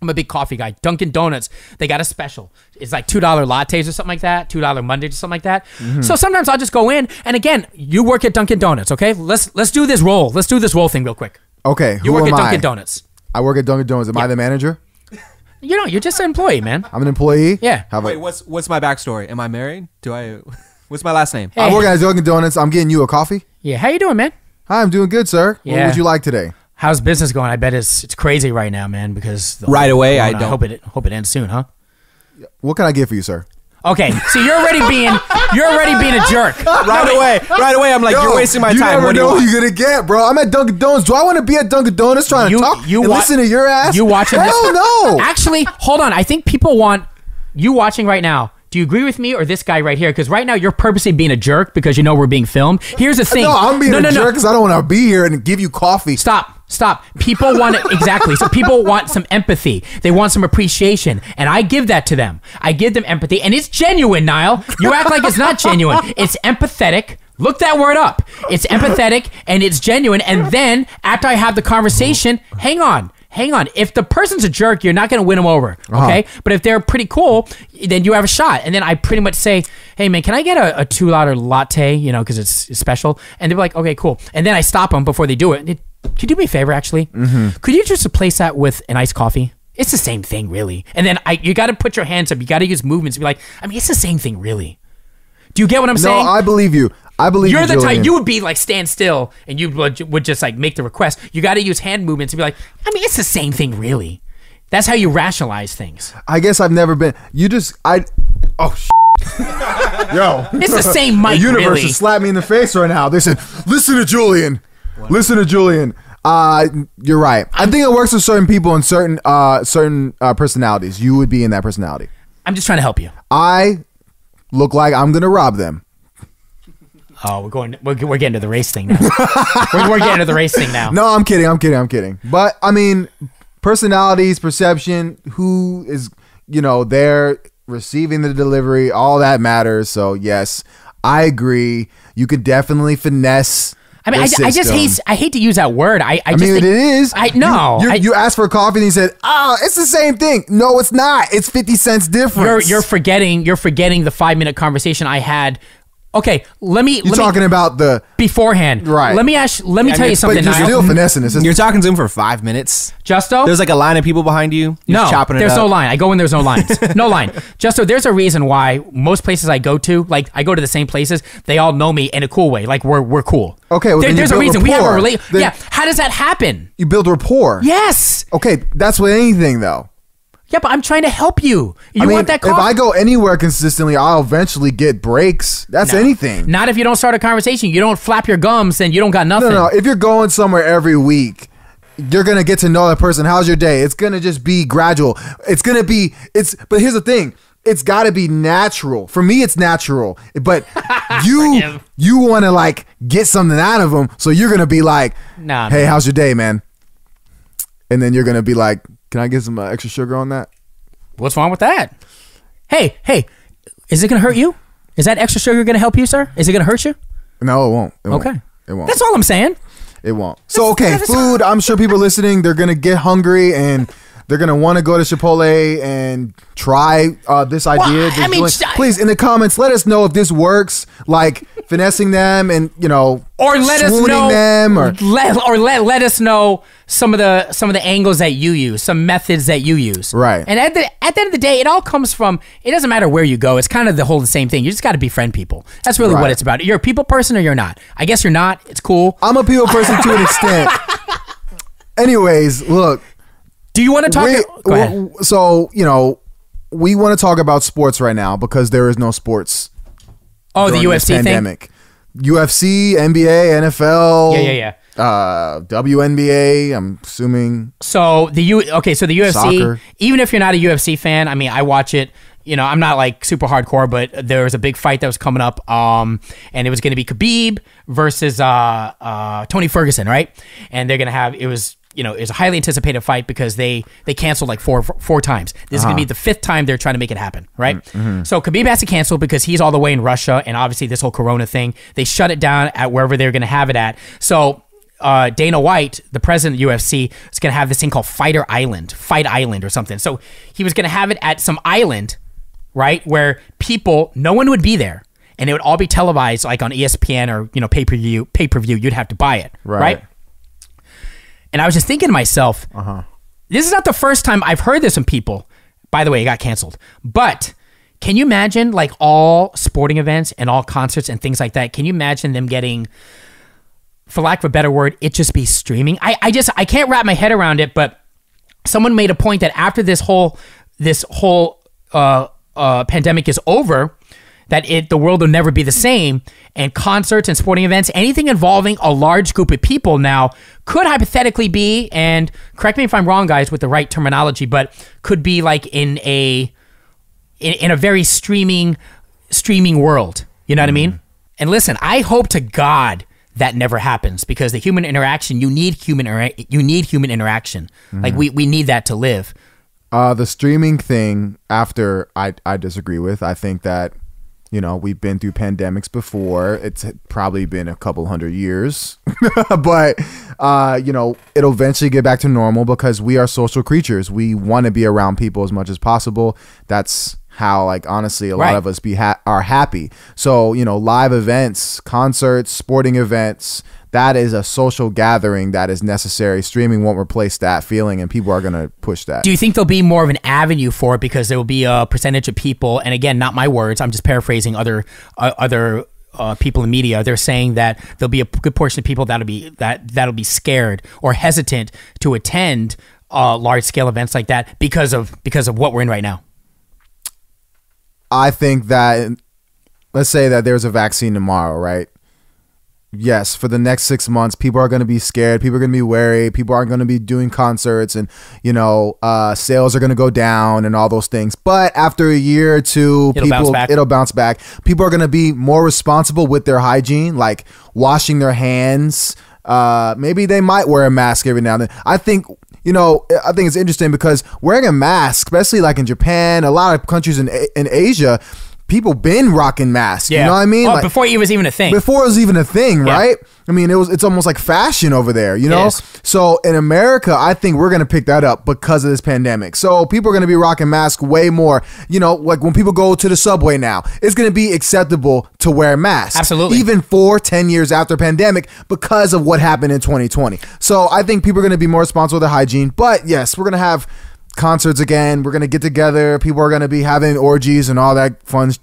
S2: I'm a big coffee guy. Dunkin' Donuts, they got a special. It's like two dollar lattes or something like that, two dollar Mondays or something like that.
S4: Mm-hmm.
S2: So sometimes I'll just go in, and again, you work at Dunkin' Donuts, okay? Let's let's do this roll. Let's do this roll thing real quick.
S3: Okay,
S2: You
S3: who
S2: work
S3: am
S2: at
S3: I?
S2: Dunkin' Donuts.
S3: I work at Dunkin' Donuts. Am I the manager?
S2: You know, you're just an employee, man.
S3: I'm an employee.
S2: Yeah.
S3: How about-
S4: Wait, what's what's my backstory? Am I married? Do I? (laughs) What's my last name?
S2: Hey.
S3: I work at Dunkin' Donuts. I'm getting you a coffee.
S2: Yeah, how you doing, man?
S3: Hi, I'm doing good, sir. What
S2: Yeah.
S3: would you like today?
S2: How's business going? I bet it's it's crazy right now, man. Because the-
S4: Right away, I
S2: Corona.
S4: don't-
S2: hope it hope it ends soon, huh?
S3: What can I get for you, sir?
S2: Okay, so you're already being you're already being a jerk.
S4: (laughs) Right away, right away. I'm like, you're
S3: Yo,
S4: wasting my
S3: you
S4: time.
S3: Never
S4: What do
S3: know
S4: you
S3: what
S4: want?
S3: you're gonna get, bro. I'm at Dunkin' Donuts. Do I want to be at Dunkin' Donuts trying
S2: You
S3: to talk
S2: you
S3: and
S2: wa-
S3: listen to your ass?
S2: You watching? (laughs)
S3: Hell
S2: this,
S3: no.
S2: Actually, hold on. I think people want you watching right now. Do you agree with me or this guy right here? Because right now you're purposely being a jerk because you know we're being filmed. Here's the thing.
S3: no, I'm being a jerk because I don't want to be here and give you coffee.
S2: Stop. Stop. People want it exactly. So people want some empathy. They want some appreciation, and I give that to them. I give them empathy, and it's genuine, Niall. You act like it's not genuine. It's empathetic. Look that word up. It's empathetic and it's genuine. And then after I have the conversation, hang on. Hang on. If the person's a jerk, you're not going to win them over. Okay. But if they're pretty cool, then you have a shot. And then I pretty much say, hey, man, can I get a, a two louder latte? You know, because it's, it's special. And they're like, okay, cool. And then I stop them before they do it. It- could you do me a favor, actually?
S3: Mm-hmm.
S2: Could you just replace that with an iced coffee? It's the same thing, really. And then I, you got to put your hands up. You got to use movements. Be like, I mean, it's the same thing, really. Do you get what I'm
S3: No,
S2: saying?
S3: I believe you. I believe
S2: You're
S3: you,
S2: the
S3: Julian.
S2: type you would be like stand still and you would would just like make the request. You got to use hand movements to be like, I mean, it's the same thing, really. That's how you rationalize things.
S3: I guess I've never been. You just I. Oh. Sh- Yo.
S2: It's the same
S3: (laughs) The
S2: mic,
S3: universe
S2: really.
S3: is slapping me in the face right now. They said, "Listen to Julian. Listen to Julian." Uh, you're right. I think it works with certain people and certain uh certain uh, personalities. You would be in that personality.
S2: I'm just trying to help you.
S3: I look like I'm gonna rob them.
S2: Oh, we're going. We're, we're getting to the race thing now. we're, we're getting to the race thing now.
S3: (laughs) No, I'm kidding. I'm kidding. I'm kidding. But I mean, personalities, perception, who is you know there receiving the delivery, all that matters. So yes, I agree. You could definitely finesse.
S2: I mean, I,
S3: the
S2: I just
S3: system.
S2: hate. I hate to use that word. I. I,
S3: I
S2: just
S3: mean,
S2: think-
S3: it is.
S2: I know.
S3: You,
S2: I-
S3: you, you asked for coffee and he said, oh, it's the same thing. No, it's not. It's 50 cents
S2: you're
S3: difference.
S2: you're forgetting. You're forgetting the five minute conversation I had. Okay, let me.
S3: You're
S2: let
S3: talking
S2: me,
S3: about the.
S2: beforehand,
S3: Right.
S2: Let me ask. Let me
S4: I
S2: tell
S4: mean,
S2: you
S4: but
S2: something,
S3: But you're
S2: Niall.
S3: still finessing this.
S4: You're talking to him for five minutes.
S2: Justo.
S4: There's like a line of people behind you. You're
S2: no,
S4: just chopping it
S2: there's
S4: up.
S2: no line. I go in, there's no
S3: (laughs)
S2: lines. No line. Just so there's a reason why most places I go to, like I go to the same places, they all know me in a cool way. Like we're we're cool.
S3: Okay, well,
S2: There-
S3: then you
S2: there's a
S3: build
S2: reason we have a
S3: rapport.
S2: relation.
S3: Then-
S2: Yeah. How does that happen?
S3: you build rapport.
S2: Yes.
S3: Okay, that's with anything, though.
S2: Yeah, but I'm trying to help you. You
S3: I mean,
S2: want that?
S3: if
S2: coffee?
S3: I go anywhere consistently, I'll eventually get breaks. That's
S2: No.
S3: anything.
S2: Not if you don't start a conversation. You don't flap your gums, then you don't got
S3: No,
S2: nothing.
S3: no, no. If you're going somewhere every week, you're gonna get to know that person. How's your day? It's gonna just be gradual. It's gonna be it's. But here's the thing. It's got to be natural. For me, it's natural.
S2: (laughs)
S3: But you you want to like get something out of them, so you're gonna be like,
S2: Nah,
S3: hey,
S2: man.
S3: how's your day, man?" And then you're gonna be like, "Can I get some uh, extra sugar on that?"
S2: What's wrong with that? Hey, hey, is it gonna hurt you? Is that extra sugar gonna help you, sir? Is it gonna hurt you?
S3: No, it won't. It won't.
S2: Okay.
S3: It won't.
S2: That's all I'm saying.
S3: It won't. So okay,
S2: that's-
S3: food. I'm sure people listening, they're gonna get hungry and they're gonna want to go to Chipotle and try uh, this idea.
S2: I
S3: this
S2: mean,
S3: joint.
S2: sh- I-
S3: please in the comments, let us know if this works. Like finessing them and you know,
S2: Or let us
S3: swooning
S2: know
S3: them or
S2: let or let let us know some of the some of the angles that you use, some methods that you use.
S3: Right.
S2: And at the at the end of the day, it all comes from it doesn't matter where you go, it's kind of the whole the same thing. You just gotta befriend people. That's really
S3: Right.
S2: what it's about. You're a people person or you're not. I guess you're not. It's cool.
S3: I'm a people person to
S2: (laughs)
S3: an extent. Anyways, look,
S2: Do you wanna talk
S3: we,
S2: go ahead.
S3: w- so you know, we want to talk about sports right now because there is no sports.
S2: Oh, the
S3: during this
S2: UFC thing.
S3: pandemic. UFC, NBA, NFL.
S2: Yeah, yeah,
S3: yeah. Uh, WNBA. I'm assuming.
S2: So the U okay, so the UFC.
S3: Soccer.
S2: Even if you're not a UFC fan, I mean, I watch it. You know, I'm not like super hardcore, but there was a big fight that was coming up, um, and it was going to be Khabib versus uh, uh, Tony Ferguson, right? And they're going to have it was you know, is a highly anticipated fight because they they canceled like four four times. This is gonna be the fifth time they're trying to make it happen, right? So Khabib has to cancel because he's all the way in Russia, and obviously this whole Corona thing, they shut it down at wherever they're gonna have it at. So uh, Dana White, the president of UFC, is going to have this thing called Fighter Island, Fight Island or something. So he was going to have it at some island, right, where people, no one would be there, and it would all be televised, like on E ESPN or you know pay per view. Pay per view, you'd have to buy it,
S3: Right.
S2: right? And I was just thinking to myself, this is not the first time I've heard this from people. By the way, it got canceled. But can you imagine like all sporting events and all concerts and things like that? Can you imagine them getting, for lack of a better word, it just be streaming? I, I just I can't wrap my head around it, but someone made a point that after this whole this whole uh, uh, pandemic is over, that it the world will never be the same, and concerts and sporting events, anything involving a large group of people now could hypothetically be, and correct me if I'm wrong, guys, with the right terminology, but could be like in a in, in a very streaming streaming world. You know what I mean? And listen, I hope to God that never happens because the human interaction you need human intera- you need human interaction. Like we we need that to live.
S3: Uh, the streaming thing after I, I disagree with. I think that, you know, we've been through pandemics before. It's probably been a couple hundred years. (laughs) but, uh, you know, it'll eventually get back to normal because we are social creatures. We want to be around people as much as possible. That's how, like, honestly, a lot
S2: Right.
S3: of us be ha- are happy. So, you know, live events, concerts, sporting events. That is a social gathering that is necessary. Streaming won't replace that feeling, and people are going to push that.
S2: Do you think there'll be more of an avenue for it because there will be a percentage of people, and again, not my words, I'm just paraphrasing other uh, other uh, people in media. They're saying that there'll be a p- good portion of people that'll be that that'll be scared or hesitant to attend uh, large scale events like that because of because of what we're in right now.
S3: I think that let's say that there's a vaccine tomorrow, right? Yes, for the next six months, people are going to be scared. People are going to be wary. People aren't going to be doing concerts, and you know, uh, sales are going to go down and all those things. But after a year or 2
S2: It'll
S3: people
S2: bounce back.
S3: it'll bounce back. People are going to be more responsible with their hygiene, like washing their hands. Uh, maybe they might wear a mask every now and then. I think you know. I think it's interesting because wearing a mask, especially like in Japan, a lot of countries in A- in Asia, people been rocking masks. You know what I mean?
S2: Oh,
S3: Like-
S2: before it was even a thing.
S3: before it was even a thing, right? I mean, it was it's almost like fashion over there, you know?
S2: is.
S3: So in America, I think we're gonna pick that up because of this pandemic. So people are gonna be rocking masks way more. You know, like when people go to the subway now, it's gonna be acceptable to wear masks.
S2: Absolutely.
S3: Even four, ten years after pandemic, because of what happened in 2020. So I think people are gonna be more responsible with their hygiene. But yes, we're gonna have concerts again. We're gonna get together. People are gonna be having orgies and all that fun. sh-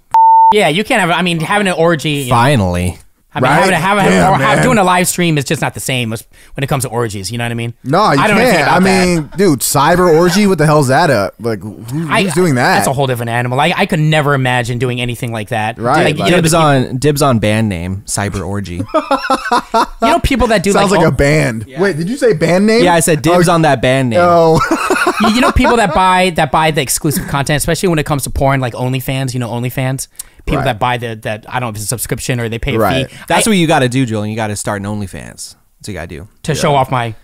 S2: yeah, you can't have. I mean, having an orgy. you know,
S4: Finally.
S2: I mean,
S3: Right?
S2: having, a- having,
S3: Yeah,
S2: having, or, have-
S3: man.
S2: doing a live stream is just not the same as when it comes to orgies. You know what I mean?
S3: No, you
S2: I don't know anything
S3: can't. I
S2: about that.
S3: mean, dude, cyber orgy. What the hell's that up? Like, who, who's
S2: I-
S3: doing that?
S2: That's a whole different animal. I, I could never imagine doing anything like that.
S3: Right,
S2: Like,
S3: like-
S2: you, know,
S4: Dibs
S2: the-
S4: on dibs on band name
S3: (laughs)
S4: Cyber Orgy.
S2: you know people that do
S3: Sounds
S2: like,
S3: like a band. Wait, did you say band name?
S4: yeah, I said dibs on that band name.
S3: (laughs) Oh,
S2: oh, you, you know people that buy that buy the exclusive content, especially when it comes to porn, like OnlyFans. You know OnlyFans. People
S3: Right.
S2: that buy the that I don't know if it's a subscription or they pay a
S3: Right.
S2: fee
S4: That's what you got to do, Julian. You got to start an OnlyFans. That's what you got to do.
S2: to show off my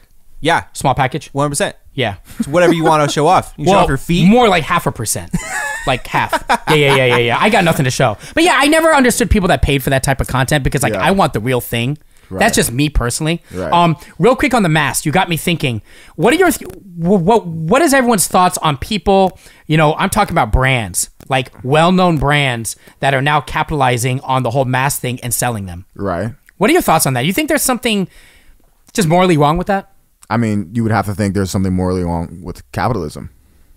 S4: Yeah,
S2: small package.
S4: one hundred percent.
S2: Yeah.
S4: It's whatever you (laughs) want to show off. You show off your feet.
S2: More like half a percent.
S4: (laughs)
S2: like half. Yeah, yeah, yeah, yeah, yeah. I got nothing to show. But yeah, I never understood people that paid for that type of content because like
S3: Yeah.
S2: I want the real thing. That's just me personally.
S3: Right.
S2: Um, real quick on the mask, you got me thinking. What are your th- wh- what what is everyone's thoughts on people? You know, I'm talking about brands like well-known brands that are now capitalizing on the whole mask thing and selling them.
S3: right.
S2: What are your thoughts on that? You think there's something just morally wrong with that?
S3: I mean, you would have to think there's something morally wrong with capitalism.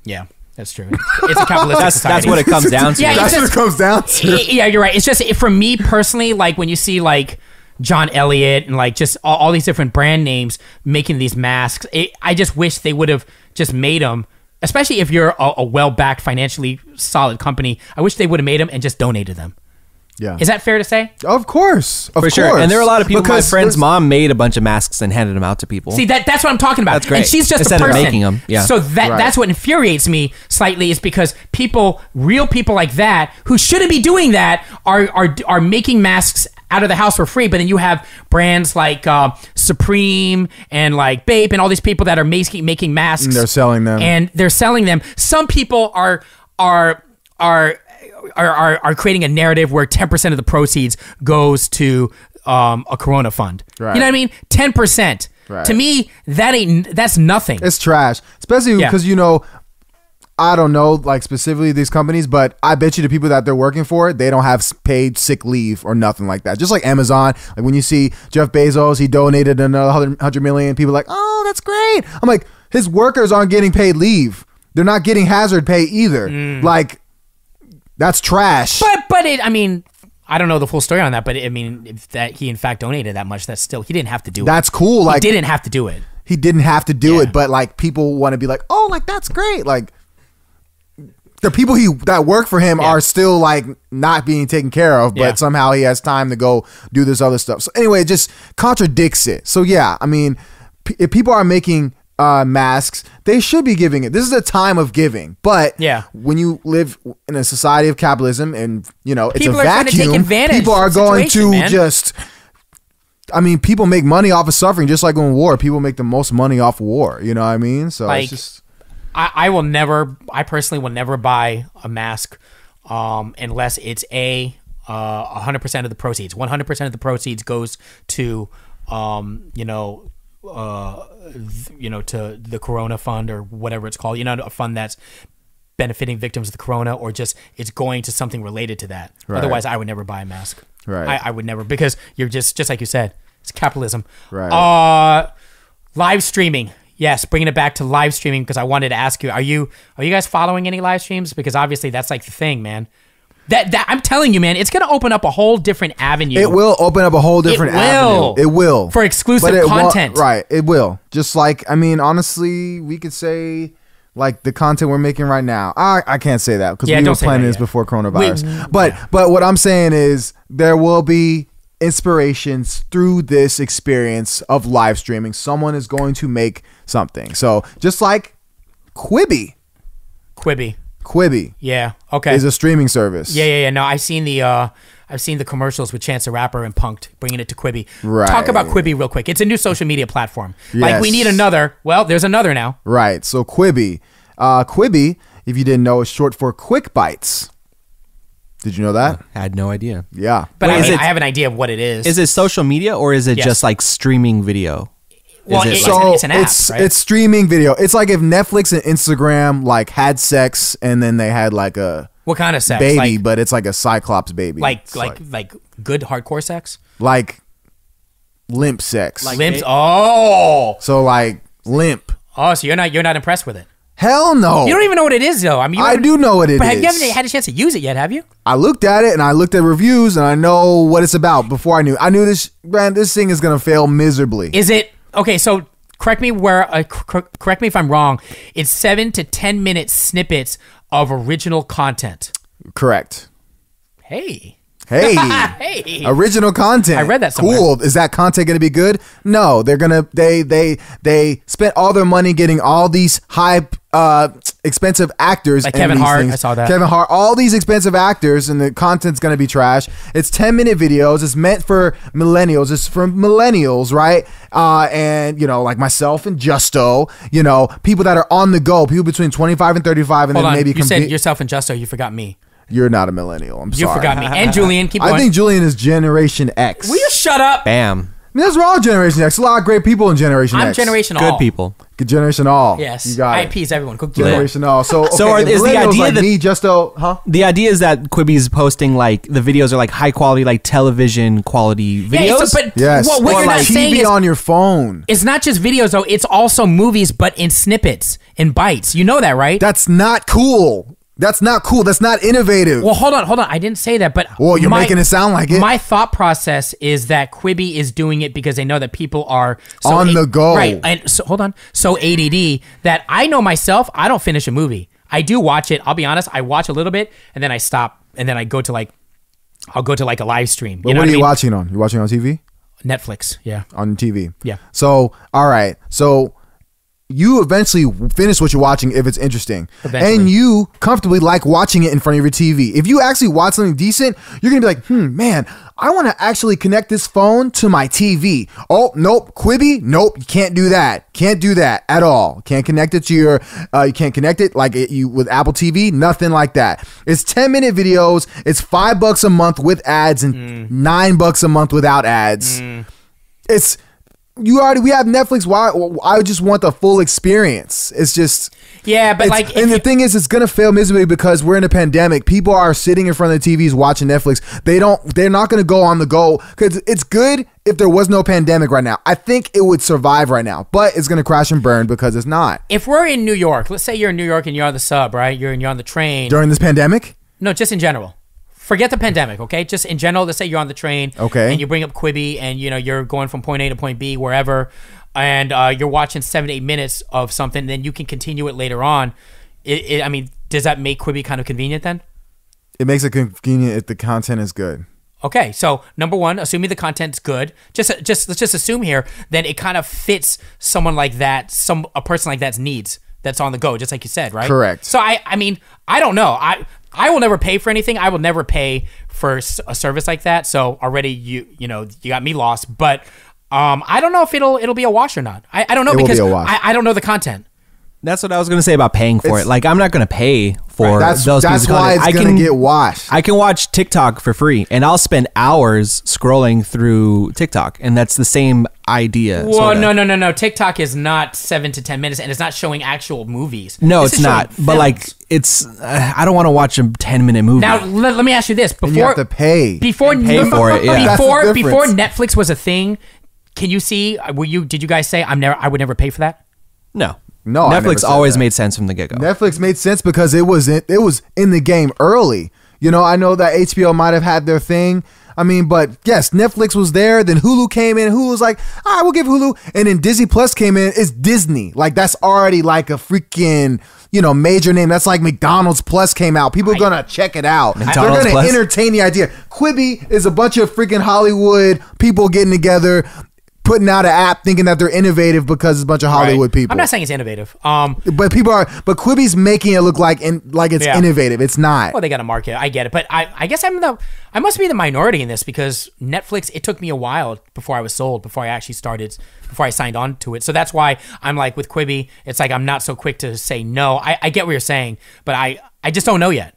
S2: Yeah, that's true. It's a capitalistic
S4: (laughs) That's
S2: society.
S4: that's what it comes down to.
S2: Yeah,
S3: That's
S2: just-
S3: what it comes down
S2: Y- (laughs)
S3: to.
S2: yeah, you're right. It's just it, for me personally, like when you see like John Elliott and like just all, all these different brand names making these masks, it, I just wish they would have just made them. Especially if you're a, a well-backed, financially solid company, I wish they would have made them and just donated them.
S3: Yeah.
S2: Is that fair to say?
S3: Of course. Of
S4: for
S3: course.
S4: sure. And there are a lot of people.
S3: Because
S4: my friend's
S3: there's-
S4: mom made a bunch of masks and handed them out to people.
S2: See that that's what I'm talking about.
S4: That's great.
S2: And she's just
S4: Instead
S2: a
S4: of
S2: person.
S4: making 'em, yeah.
S2: So that
S3: Right.
S2: that's what infuriates me slightly is because people, real people like that, who shouldn't be doing that, are are are making masks out of the house for free. But then you have brands like uh, Supreme and like Bape and all these people that are making making masks.
S3: they're selling them.
S2: and they're selling them. Some people are are are. Are, are, are creating a narrative where 10% of the proceeds goes to um, a corona fund
S3: Right.
S2: you know what i mean 10%
S3: Right.
S2: to me that ain't that's nothing
S3: It's trash, especially
S2: Yeah.
S3: because you know, I don't know, like specifically these companies, but I bet you the people that they're working for, they don't have s- paid sick leave or nothing like that. Just like Amazon, like when you see Jeff Bezos, he donated another hundred- hundred million. People are like, oh, that's great. I'm like, his workers aren't getting paid leave. They're not getting hazard pay either. Like, that's trash.
S2: Mm. But but it, I mean, I don't know the full story on that, but I mean, if that he in fact donated that much, that's still he didn't have to do
S3: that's cool.
S2: it.
S3: Like,
S2: he didn't have to do it.
S3: he didn't have to do
S2: Yeah.
S3: it, but like people want to be like, oh, like that's great. Like the people he that work for him are still like not being taken care of, but
S2: Yeah.
S3: somehow he has time to go do this other stuff. So anyway, it just contradicts it. So yeah, I mean, p- if people are making uh, masks, they should be giving it. This is a time of giving, but
S2: Yeah.
S3: when you live in a society of capitalism and you know it's
S2: People
S3: a
S2: are trying to take
S3: vacuum,
S2: advantage
S3: people are
S2: of the
S3: going to
S2: situation, man.
S3: just I mean, people make money off of suffering, just like in war. People make the most money off war. You know what I mean? So
S2: Like-
S3: it's just
S2: I, I will never. I personally will never buy a mask um, unless it's a uh, hundred percent of the proceeds. One hundred percent of the proceeds goes to um, you know. Uh, th- you know, to the Corona Fund or whatever it's called. You know, a fund that's benefiting victims of the Corona, or just it's going to something related to that. Otherwise, I would never buy a mask.
S3: Right.
S2: I, I would never because you're just just like you said, it's capitalism.
S3: Right.
S2: Uh, live streaming. Yes, bringing it back to live streaming because I wanted to ask you: Are you are you guys following any live streams? Because obviously that's like the thing, man. That that I'm telling you, man, it's gonna open up a whole different avenue.
S3: it will open up a whole different
S2: will.
S3: avenue. It will
S2: For exclusive
S3: But it won't-
S2: content.
S3: right? It will. Just like I mean, honestly, we could say like the content we're making right now. I I can't say that because
S2: Yeah,
S3: we were
S2: don't say
S3: planning
S2: that
S3: this
S2: yet.
S3: before coronavirus.
S2: We-
S3: but but what I'm saying is there will be inspirations through this experience of live streaming. Someone is going to make something. So just like Quibi,
S2: Quibi.
S3: Quibi.
S2: Yeah. Okay.
S3: is a streaming service.
S2: yeah, yeah, yeah. No, I've seen the uh, I've seen the commercials with Chance the Rapper and Punked bringing it to Quibi. Talk
S3: Right.
S2: about Quibi real quick. It's a new social media platform. Like we
S3: Yes.
S2: need another. Well, there's another now.
S3: Right. So Quibi. Uh, Quibi, if you didn't know, is short for Quick Bites. Did you know that?
S4: had no idea.
S3: Yeah.
S2: But
S4: Wait,
S2: I,
S4: is
S2: mean,
S4: it-
S2: I have an idea of what it is.
S4: Is it social media or is it
S2: Yes.
S4: just like streaming video?
S2: Well,
S4: is
S2: it-
S4: it
S2: an-
S4: like,
S3: so
S2: it's an app,
S3: it's,
S2: right?
S3: it's streaming video. It's like if Netflix and Instagram like had sex and then they had like a
S2: what kind of sex?
S3: baby,
S2: Like,
S3: but it's like a cyclops baby.
S2: like
S3: It's
S2: like like good hardcore sex.
S3: like limp sex.
S2: Limps. Oh,
S3: so like limp.
S2: oh. So you're not you're not impressed with it.
S3: Hell no.
S2: You don't even know what it is, though. I mean, you
S3: I
S2: haven't-
S3: do know what it
S2: but have you
S3: is.
S2: haven't had a chance to use it yet? Have you?
S3: I looked at it and I looked at reviews and I know what it's about before I knew. I knew this man, this thing is gonna fail miserably.
S2: Is it okay? So correct me where uh, cor- correct me if I'm wrong. It's seven to ten minute snippets of original content.
S3: Correct.
S2: (laughs) Hey,
S3: Hey.
S2: hey.
S3: Original content. I
S2: read that somewhere.
S3: Cool. Is that content going to be good? No, they're going to they they they spent all their money getting all these high uh expensive actors
S2: Like
S3: in
S2: Kevin
S3: these
S2: Hart, I saw that.
S3: Kevin Hart, all these expensive actors and the content's going to be trash. It's 10-minute videos. It's meant for millennials. It's for millennials, right? Uh and you know, like myself and Justo, you know, people that are on the go, people between 25 and 35 and
S2: Hold
S3: then
S2: on.
S3: maybe
S2: you said
S3: conve-
S2: yourself and Justo. You forgot me.
S3: you're not a millennial. I'm
S2: You
S3: sorry.
S2: forgot me.
S3: (laughs)
S2: And Julian. Keep going.
S3: I think Julian is Generation X.
S2: Will you shut up?
S4: Bam.
S3: I mean, that's we're all Generation X. A lot of great people in Generation
S2: I'm
S3: X.
S2: generation
S4: Good
S2: all.
S4: people.
S3: Generation All.
S2: Yes.
S3: You got it.
S2: IPs. Everyone. Cook
S3: Generation All. So, okay,
S4: So are- is the
S3: millennials
S4: idea
S3: like
S4: that-
S3: me, Justo, huh?
S4: The idea is that Quibi's posting like the videos are like high quality, like television quality videos.
S2: Yeah, so, but
S3: Yes.
S2: what, what
S3: or
S2: you're not
S3: like TV
S2: saying is
S3: on your phone.
S2: it's not just videos though. It's also movies, but in snippets, in bites. You know that, right?
S3: That's not cool. That's not cool. That's not innovative.
S2: Well, hold on, hold on. I didn't say that, but
S3: Well, you're making it sound like it.
S2: My thought process is that Quibi is doing it because they know that people are so
S3: On the go.
S2: right? And so, hold on, so ADD that I know myself. I don't finish a movie. I do watch it. I'll be honest. I watch a little bit and then I stop and then I go to like, I'll go to like a live stream.
S3: but
S2: You know
S3: what are you
S2: what
S3: watching on? You watching on TV?
S2: I mean? Netflix. Yeah.
S3: On TV.
S2: Yeah.
S3: So, all right. So you eventually finish what you're watching if it's interesting, and
S2: Eventually.
S3: you comfortably like watching it in front of your TV. If you actually watch something decent, you're gonna be like, hmm, man, I want to actually connect this phone to my TV. Oh, nope, Quibi, nope, you can't do that. Can't do that at all. Can't connect it to your, uh, you can't connect it like it, you with Apple TV. Nothing like that. It's 10 minute videos. It's five bucks a month with ads and
S2: Mm.
S3: nine bucks a month without ads it's you already we have Netflix. Why? I just want the full experience. It's just
S2: Yeah, but
S3: it's-
S2: like, if
S3: and the
S2: you-
S3: thing is, it's gonna fail miserably because we're in a pandemic. People are sitting in front of the TVs watching Netflix. They don't. They're not gonna go on the go because it's good if there was no pandemic right now. I think it would survive right now, but it's gonna crash and burn because it's not
S2: if we're in New York, let's say you're in New York and you're on the sub, right? You're and you're on the train.
S3: during this pandemic.
S2: No, just in general. Forget the pandemic, okay? Just in general, let's say you're on the train,
S3: Okay.
S2: and you bring up Quibi, and you know you're going from point A to point B, wherever, and uh, you're watching seven to eight minutes of something, then you can continue it later on. It, it, I mean, does that make Quibi kind of convenient then?
S3: It makes it convenient if the content is good.
S2: Okay, so number one, assuming the content's good, just just let's just assume here, then it kind of fits someone like that, some a person like that's needs that's on the go, just like you said, right?
S3: Correct.
S2: So I I mean I don't know I I will never pay for anything. I will never pay for s- a service like that. So already you you know you got me lost, but um I don't know if it'll it'll be a wash or not. I, I don't know
S3: It will be
S2: because
S3: a wash.
S2: I I don't know the content.
S4: That's what I was gonna say about paying for
S3: It's-
S4: it. Like I'm not gonna pay for
S3: That's
S4: those
S3: that's
S4: pieces of
S3: why
S4: content.
S3: it's
S4: I
S3: gonna
S4: can
S3: get washed.
S4: I can watch TikTok for free, and I'll spend hours scrolling through TikTok, and that's the same idea.
S2: Well,
S4: sorta.
S2: no, no, no, no. TikTok is not seven to ten minutes, and it's not showing actual movies.
S4: No,
S2: This
S4: it's
S2: is showing
S4: not. But like,
S2: films.
S4: it's uh, I don't want to watch a ten minute movie.
S2: Now let, let me ask you this: before
S3: and you have to pay.
S2: before
S4: pay for it, yeah.
S2: before
S3: That's the
S2: before
S3: difference.
S2: Netflix was a thing, can you see? uh, Were you? Did you guys say I'm never? I would never pay for that.
S4: no,
S3: No, I never
S4: Netflix
S3: said
S4: always
S3: that.
S4: made sense from the get go.
S3: Netflix made sense because it was in, it was in the game early. You know, I know that HBO might have had their thing. I mean, but yes, Netflix was there. Then Hulu came in. Hulu's like, all right, we'll give Hulu. And then Disney Plus came in. It's Disney. Like that's already like a freaking you know major name. That's like McDonald's Plus came out. People are gonna check it out.
S4: McDonald's
S3: They're gonna
S4: Plus?
S3: entertain the idea. Quibi is a bunch of freaking Hollywood people getting together. Putting out an app thinking that they're innovative because it's a bunch of Hollywood people
S2: I'm not saying it's innovative. Um,
S3: but people are but Quibi's making it look like in, like it's
S2: Yeah.
S3: innovative. It's not.
S2: well, they got a market. I get it, but I, I guess I'm the, I must be the minority in this because Netflix. It took me a while before I was sold, before I actually started, before I signed on to it. So that's why I'm like with Quibi. It's like I'm not so quick to say no. I, I get what you're saying, but I, I just don't know yet.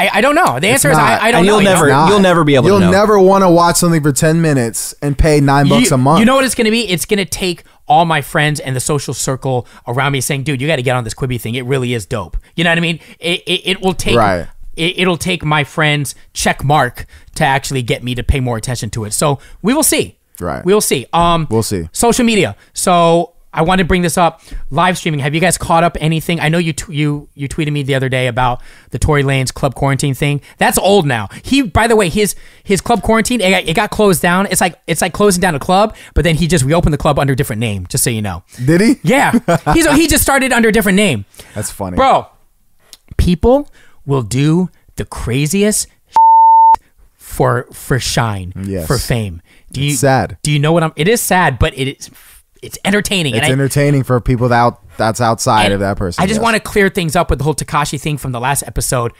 S2: I, I don't know. The answer is
S3: not.
S2: I, I don't
S4: And
S2: know.
S4: you'll
S2: you know?
S4: never You'll never be able to
S3: You'll
S4: know.
S3: never want to watch something for ten minutes and pay nine bucks
S2: you,
S3: a month.
S2: You know what it's going to be? It's going to take all my friends and the social circle around me saying, "Dude, you got to get on this Quibi thing. It really is dope." You know what I mean? It it, it will take
S3: Right.
S2: it, it'll take my friends check mark to actually get me to pay more attention to it. So we will see.
S3: Right.
S2: We'll see. Um,
S3: We'll see.
S2: Social media. So I want to bring this up. Live streaming. Have you guys caught up anything? I know you t- you you tweeted me the other day about the Tory Lanes club quarantine thing. That's old now. He, by the way, his his club quarantine it got, it got closed down. It's like it's like closing down a club, but then he just reopened the club under a different name. Just so you know.
S3: Did he?
S2: Yeah. He's he just started under a different name.
S3: That's funny,
S2: Bro, people will do the craziest (laughs) for for shine,
S3: Yes.
S2: for fame. Do you
S3: sad.
S2: Do you know what I'm? It is sad, but it is it's entertaining.
S3: It's
S2: and I-
S3: entertaining for people that out, that's outside of
S2: and
S3: that person.
S2: I just
S3: yes.
S2: want to clear things up with the whole Takashi thing from the last episode.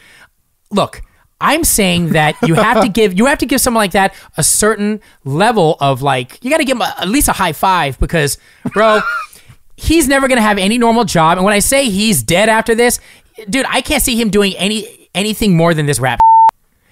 S2: Look, I'm saying that you have
S3: (laughs)
S2: to give you have to give someone like that a certain level of like you got to give him a, at least a high five because,
S3: (laughs)
S2: bro, he's never gonna have any normal job. And when I say he's dead after this, dude, I can't see him doing any anything more than this rap.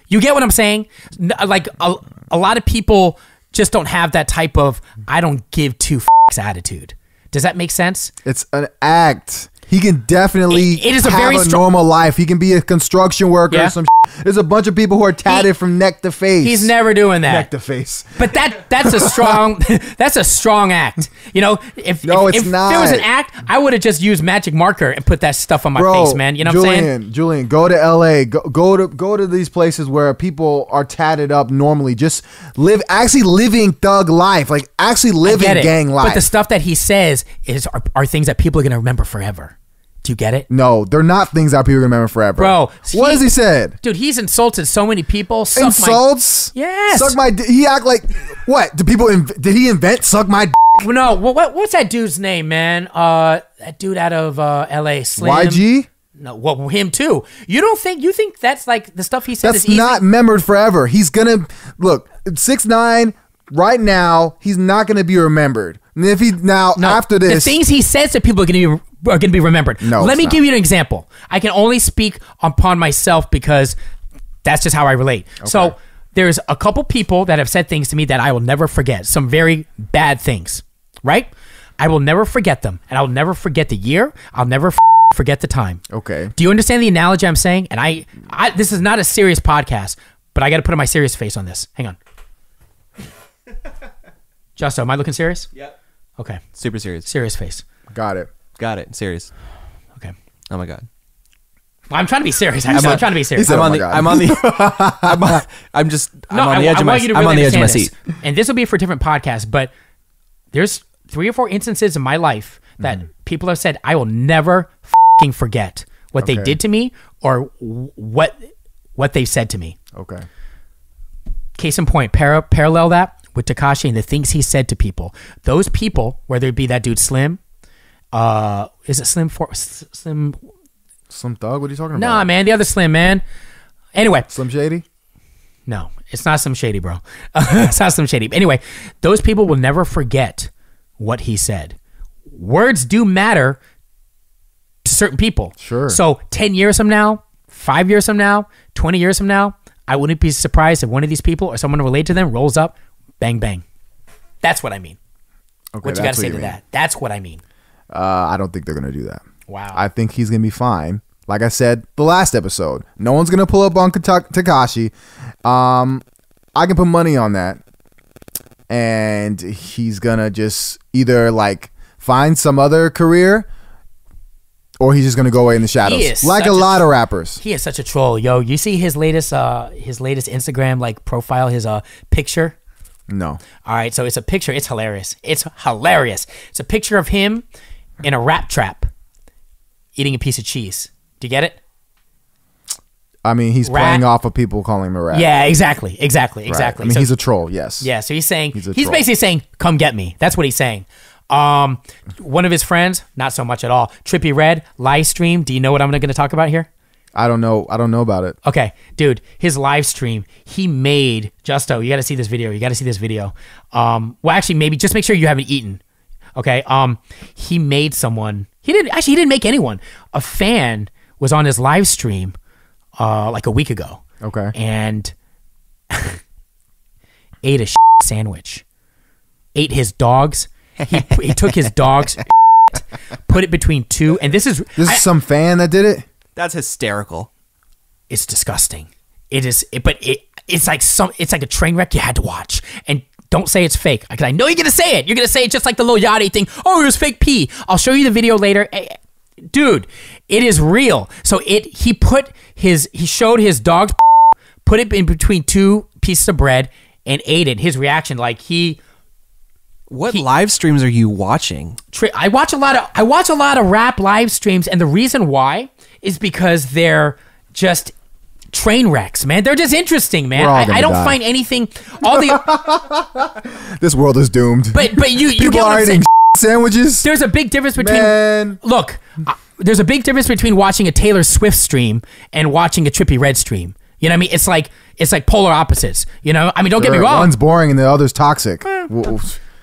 S2: You get what I'm saying? N- Like a, a lot of people just don't have that type of I don't give two f- attitude. Does that make sense?
S3: It's an act. He can definitely
S2: It- it is a
S3: have
S2: very
S3: a
S2: str-
S3: normal life. He can be a construction worker
S2: Yeah.
S3: or some. Shit. There's a bunch of people who are tatted from neck to face.
S2: He's never doing that.
S3: neck to face.
S2: But that that's a strong (laughs) that's a strong act. You know, if
S3: No,
S2: if,
S3: it's
S2: if it
S3: not.
S2: was an act, I would have just used magic marker and put that stuff on my face, man. You know what
S3: Julian,
S2: I'm saying?
S3: Julian, go to LA. Go, go to go to these places where people are tatted up normally. Just live actually living thug life. Like actually living
S2: Get it.
S3: gang life.
S2: But the stuff that he says is are, are things that people are gonna remember forever. Do you get it?
S3: no, they're not things that people remember forever.
S2: Bro,
S3: what
S2: he-
S3: has he said?
S2: Dude, he's insulted so many people. Suck my-
S3: Insults?
S2: Yes.
S3: Suck my. D- he act like what? Did people? Inv- did he invent suck my? D-
S2: Well, no, what, what what's that dude's name, man? Uh, that dude out of uh, L.A. Slim.
S3: YG?
S2: No, well, him too. You don't think you think that's like the stuff he says
S3: That's
S2: is easy?
S3: not remembered forever. He's gonna look six nine right now. He's not gonna be remembered. And if he now after this,
S2: the things he says to people are going to be are going to be remembered.
S3: No,
S2: let
S3: it's
S2: me
S3: not.
S2: give you an example. I can only speak upon myself because that's just how I relate. So there's a couple people that have said things to me that I will never forget. Some very bad things, right? I will never forget them, and I'll never forget the year. I'll never f- forget the time.
S3: Okay.
S2: Do you understand the analogy I'm saying? And I, I this is not a serious podcast, but I got to put on my serious face on this. Hang on. (laughs) Justo, am I looking serious?
S4: Yep.
S2: Okay.
S4: Super serious.
S2: Serious face.
S3: got it.
S4: Got it. Serious.
S2: Okay.
S4: Oh my god.
S2: Well, I'm trying to be serious. Actually. I'm, trying to be serious.
S3: He said,
S4: I'm
S3: "Oh
S4: on
S3: my
S4: the.
S3: God."
S4: I'm on the.
S3: (laughs)
S4: I'm, on, I'm just. I'm on the
S2: I-
S4: edge
S2: I
S4: of my.
S2: want you to
S4: I'm on
S2: really
S4: the edge of my
S2: understand
S4: seat.
S2: this. And this will be for different podcasts, but there's three or four instances in my life that
S4: Mm-hmm.
S2: people have said I will never fing forget what they
S3: Okay.
S2: did to me or w- what what they said to me.
S3: Okay.
S2: case in point, para- parallel that with Takashi and the things he said to people. Those people, whether it be that dude Slim, uh, is it Slim for S- Slim?
S3: Slim Thug. What are you talking about?
S2: Nah, man, the other Slim man. Anyway,
S3: Slim Shady.
S2: no, it's not Slim Shady, bro. (laughs) it's not Slim Shady. Anyway, those people will never forget what he said. Words do matter to certain people.
S3: Sure.
S2: So ten years from now, five years from now, twenty years from now, I wouldn't be surprised if one of these people or someone related to them rolls up, bang bang. That's what I mean.
S3: Okay,
S2: What you got to
S3: that's
S2: say to
S3: mean.
S2: that? That's what I mean.
S3: Uh, I don't think they're gonna do that.
S2: Wow.
S3: I think he's gonna be fine. Like I said, the last episode, no one's gonna pull up on Kata- Takashi. Um, I can put money on that, and he's gonna just either like find some other career, or he's just gonna go away in the shadows,
S2: is
S3: like
S2: such
S3: a
S2: a-
S3: lot of rappers.
S2: He is such a troll, yo. You see his latest, uh, his latest Instagram like profile, his uh picture.
S3: No,
S2: All right, so it's a picture. It's hilarious. It's hilarious. It's a picture of him in a rat trap eating a piece of cheese. Do you get it?
S3: I mean he's
S2: Rat.
S3: playing off of people calling him a rat.
S2: Yeah, exactly. Exactly.
S3: Right.
S2: Exactly.
S3: I mean
S2: so,
S3: he's a troll. Yes.
S2: yeah, so he's saying he's,
S3: a troll.
S2: basically saying come get me. That's what he's saying. Um one of his friends, not so much at all. Trippy Red live stream. Do you know what I'm going to talk about here?
S3: I don't know. I don't know about it.
S2: Okay, dude, his live stream, he made Justo. You got to see this video. You got to see this video. Um, well, actually, maybe just make sure you haven't eaten. Okay. Um, he made someone. He didn't actually. He didn't make anyone. A fan was on his live stream, uh, like a week ago.
S3: Okay.
S2: And (laughs) ate a (laughs) sandwich. Ate his dogs. He, he took his dogs, (laughs) put it between two, and this is
S3: This
S2: I-
S3: is some fan that did it.
S4: That's hysterical.
S2: it's disgusting. It is, it, but it it's like some it's like a train wreck you had to watch. And don't say it's fake because I know you're gonna say it. You're gonna say it just like the Lil Yachty thing. Oh, it was fake pee. I'll show you the video later, Eh, eh, dude. It is real. So it he put his he showed his dog's put it in between two pieces of bread and ate it. His reaction, like he
S4: What live streams are you watching?
S2: tri- I watch a lot of I watch a lot of rap live streams, and the reason why is because they're just train wrecks, man. They're just interesting, man.
S3: We're all
S2: I,
S3: gonna
S2: I don't
S3: die.
S2: find anything. All the
S3: This world is doomed.
S2: but but you you
S3: People
S2: get what
S3: are
S2: I'm saying.
S3: eating (laughs) sandwiches.
S2: There's a big difference between
S3: Man.
S2: look. I, there's a big difference between watching a Taylor Swift stream and watching a Trippy Red stream. You know what I mean? It's like it's like polar opposites. You know? I mean, don't get me
S3: Sure,
S2: wrong. Eh,
S3: One's boring and the other's toxic. W- w-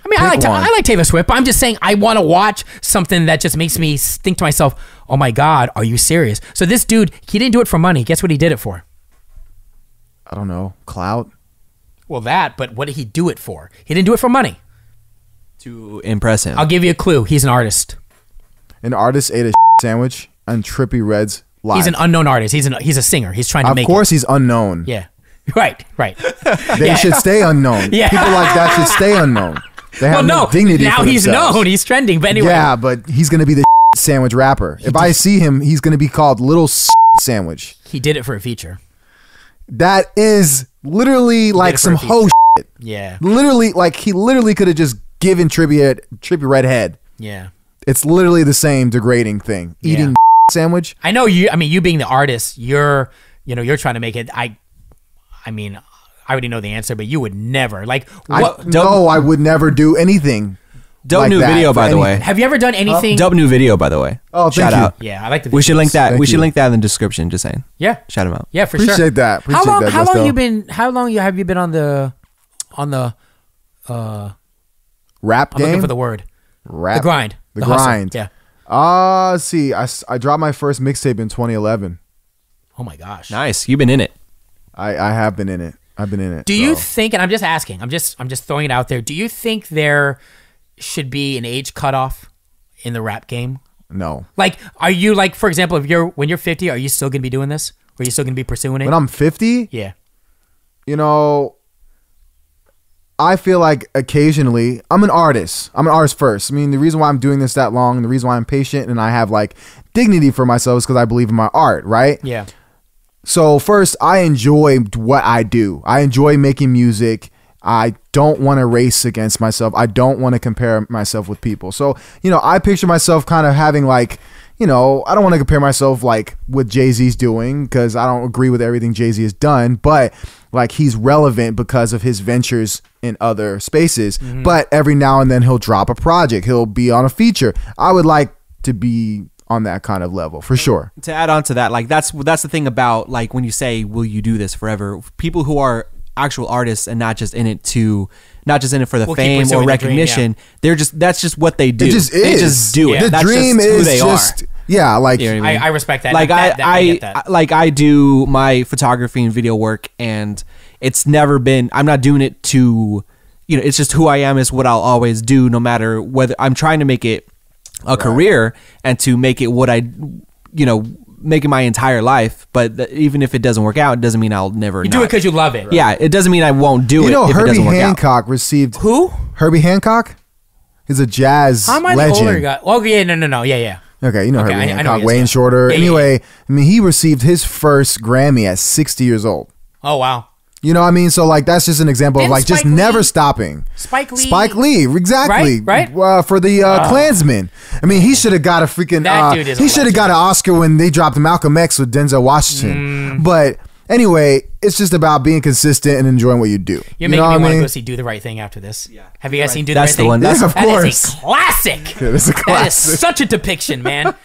S2: I mean, I
S3: pick
S2: like, ta-
S3: one.
S2: I like Taylor Swift, but I'm just saying I want to watch something that just makes me s- think to myself, oh my God, are you serious? So this dude, he didn't do it for money. Guess what he did it for?
S3: I don't know. Clout.
S2: Well, that, but what did he do it for? He didn't do it for money.
S4: To impress him.
S2: I'll give you a clue. He's an artist.
S3: An artist ate a (laughs) sandwich on Trippy Red's live.
S2: He's an unknown artist. He's an he's a singer. He's trying to
S3: of
S2: make
S3: course, he's unknown.
S2: It. Yeah. (laughs) Right. Right.
S3: They should stay
S2: (laughs)
S3: unknown.
S2: Yeah.
S3: People like that should stay unknown. They
S2: well,
S3: have
S2: no.
S3: no dignity.
S2: now
S3: for
S2: he's
S3: themselves.
S2: known. He's trending. But anyway.
S3: Yeah, but he's gonna be the (laughs) sandwich rapper. If I see him, he's gonna be called Little (laughs) Sandwich.
S2: He did it for a feature.
S3: That is literally like
S2: for
S3: some
S2: a feature.
S3: ho. Shit.
S2: Yeah.
S3: Literally, like he literally could have just given Trippy Trippy Red head.
S2: Yeah.
S3: It's literally the same degrading thing. Eating (laughs) sandwich.
S2: I know you. I mean, you being the artist, you're, you know, you're trying to make it. I, I mean, I already know the answer, but you would never like.
S3: I,
S2: What,
S3: no, I would never do anything
S4: Dope
S3: like
S4: new
S3: that
S4: video,
S3: for
S4: by the
S3: any-
S4: way.
S2: Have you ever done anything?
S4: Dope new video, by the way.
S3: Oh, thank
S4: shout
S3: you.
S4: out.
S2: yeah, I like the.
S4: We should link
S2: videos.
S4: that. we
S3: Thank
S4: should
S3: you.
S4: link that in the description. Just saying.
S2: Yeah,
S4: Shout him out.
S2: yeah, for
S3: Appreciate
S2: sure.
S3: that.
S2: how
S3: Appreciate
S2: long?
S3: that,
S2: how long
S3: Gusto.
S2: you been? How long you have you been on the, on the, uh,
S3: Rap
S2: I'm
S3: game.
S2: looking for the word,
S3: Rap.
S2: the grind,
S3: The,
S2: hustle.
S3: grind.
S2: Yeah.
S3: Ah, see, I, s- I dropped my first mixtape in 2011.
S2: Oh my gosh.
S4: Nice. You've been in it.
S3: I, I have been in it. I've been in it.
S2: Do you
S3: so.
S2: think? And I'm just asking. I'm just I'm just throwing it out there. Do you think there should be an age cutoff in the rap game?
S3: no.
S2: Like, are you like, for example, if you're when you're 50, are you still gonna be doing this? Are you still gonna be pursuing it?
S3: When I'm 50,
S2: yeah.
S3: you know, I feel like occasionally I'm an artist. I'm an artist first. I mean, the reason why I'm doing this that long, and the reason why I'm patient and I have like dignity for myself is because I believe in my art, right?
S2: Yeah.
S3: So first, I enjoy what I do. I enjoy making music. I don't want to race against myself. I don't want to compare myself with people. So, you know, I picture myself kind of having like, you know, I don't want to compare myself like with Jay-Z's doing cuz I don't agree with everything Jay-Z has done, but like he's relevant because of his ventures in other spaces. But every now and then he'll drop a project. He'll be on a feature. I would like to be on that kind of level for sure.
S4: to add on to that, like that's that's the thing about like when you say, "Will you do this forever?" People who are actual artists and not just in it to, not just in it for the
S2: We'll keep
S4: fame
S2: pursuing
S4: or
S2: the dream,
S4: recognition. They're just that's just what they do.
S3: It just
S4: They
S3: is.
S4: just do it.
S3: The
S4: That's
S3: dream
S4: just who
S3: is
S4: they
S3: just
S4: are.
S3: yeah, like
S4: You know what
S2: I- I respect that.
S4: Like
S2: That-
S4: I,
S2: that-
S4: I,
S2: I get that.
S4: I- like I do my photography and video work, and it's never been. I'm not doing it to, you know, it's just who I am. Is what I'll always do, no matter whether I'm trying to make it a career and to make it what I, you know, make it my entire life. But th- even if it doesn't work out, it doesn't mean I'll never.
S2: You do it because you love it.
S4: Yeah, it doesn't mean I won't do it.
S3: You know,
S4: if it
S3: Herbie
S4: doesn't work out.
S3: Hancock received
S2: Who?
S3: Herbie Hancock is a jazz
S2: How am I
S3: legend.
S2: the older guy? Oh yeah, no, no, no, yeah, yeah.
S3: Okay, you know
S2: Okay, I-
S3: Herbie
S2: I know
S3: Hancock,
S2: he is,
S3: Wayne
S2: yeah.
S3: Shorter.
S2: Yeah, yeah,
S3: anyway, I mean, he received his first Grammy at 60 years old.
S2: Oh wow.
S3: You know what I mean? So like that's just an example
S2: Didn't
S3: of like just
S2: Spike
S3: never
S2: Lee-
S3: stopping.
S2: Spike Lee-
S3: Spike Lee, exactly.
S2: Right, right.
S3: Uh, for the uh, Klansman. I mean, he should have got a freaking.
S2: That
S3: uh,
S2: dude is a
S3: he should have got an Oscar when they dropped Malcolm X with Denzel Washington.
S2: Mm.
S3: But anyway, it's just about being consistent and enjoying what you do.
S2: You're
S3: you
S2: making me
S3: know what I
S2: want to
S3: mean?
S2: go see Do the Right Thing after this. Yeah. Have you guys seen Do
S4: That's
S2: the
S4: the
S2: Right
S4: one.
S2: Thing?
S4: That's-
S3: Yeah, of
S2: That is
S3: (laughs) course.
S2: a classic.
S3: It is a
S2: That is
S3: classic.
S2: such a depiction, man.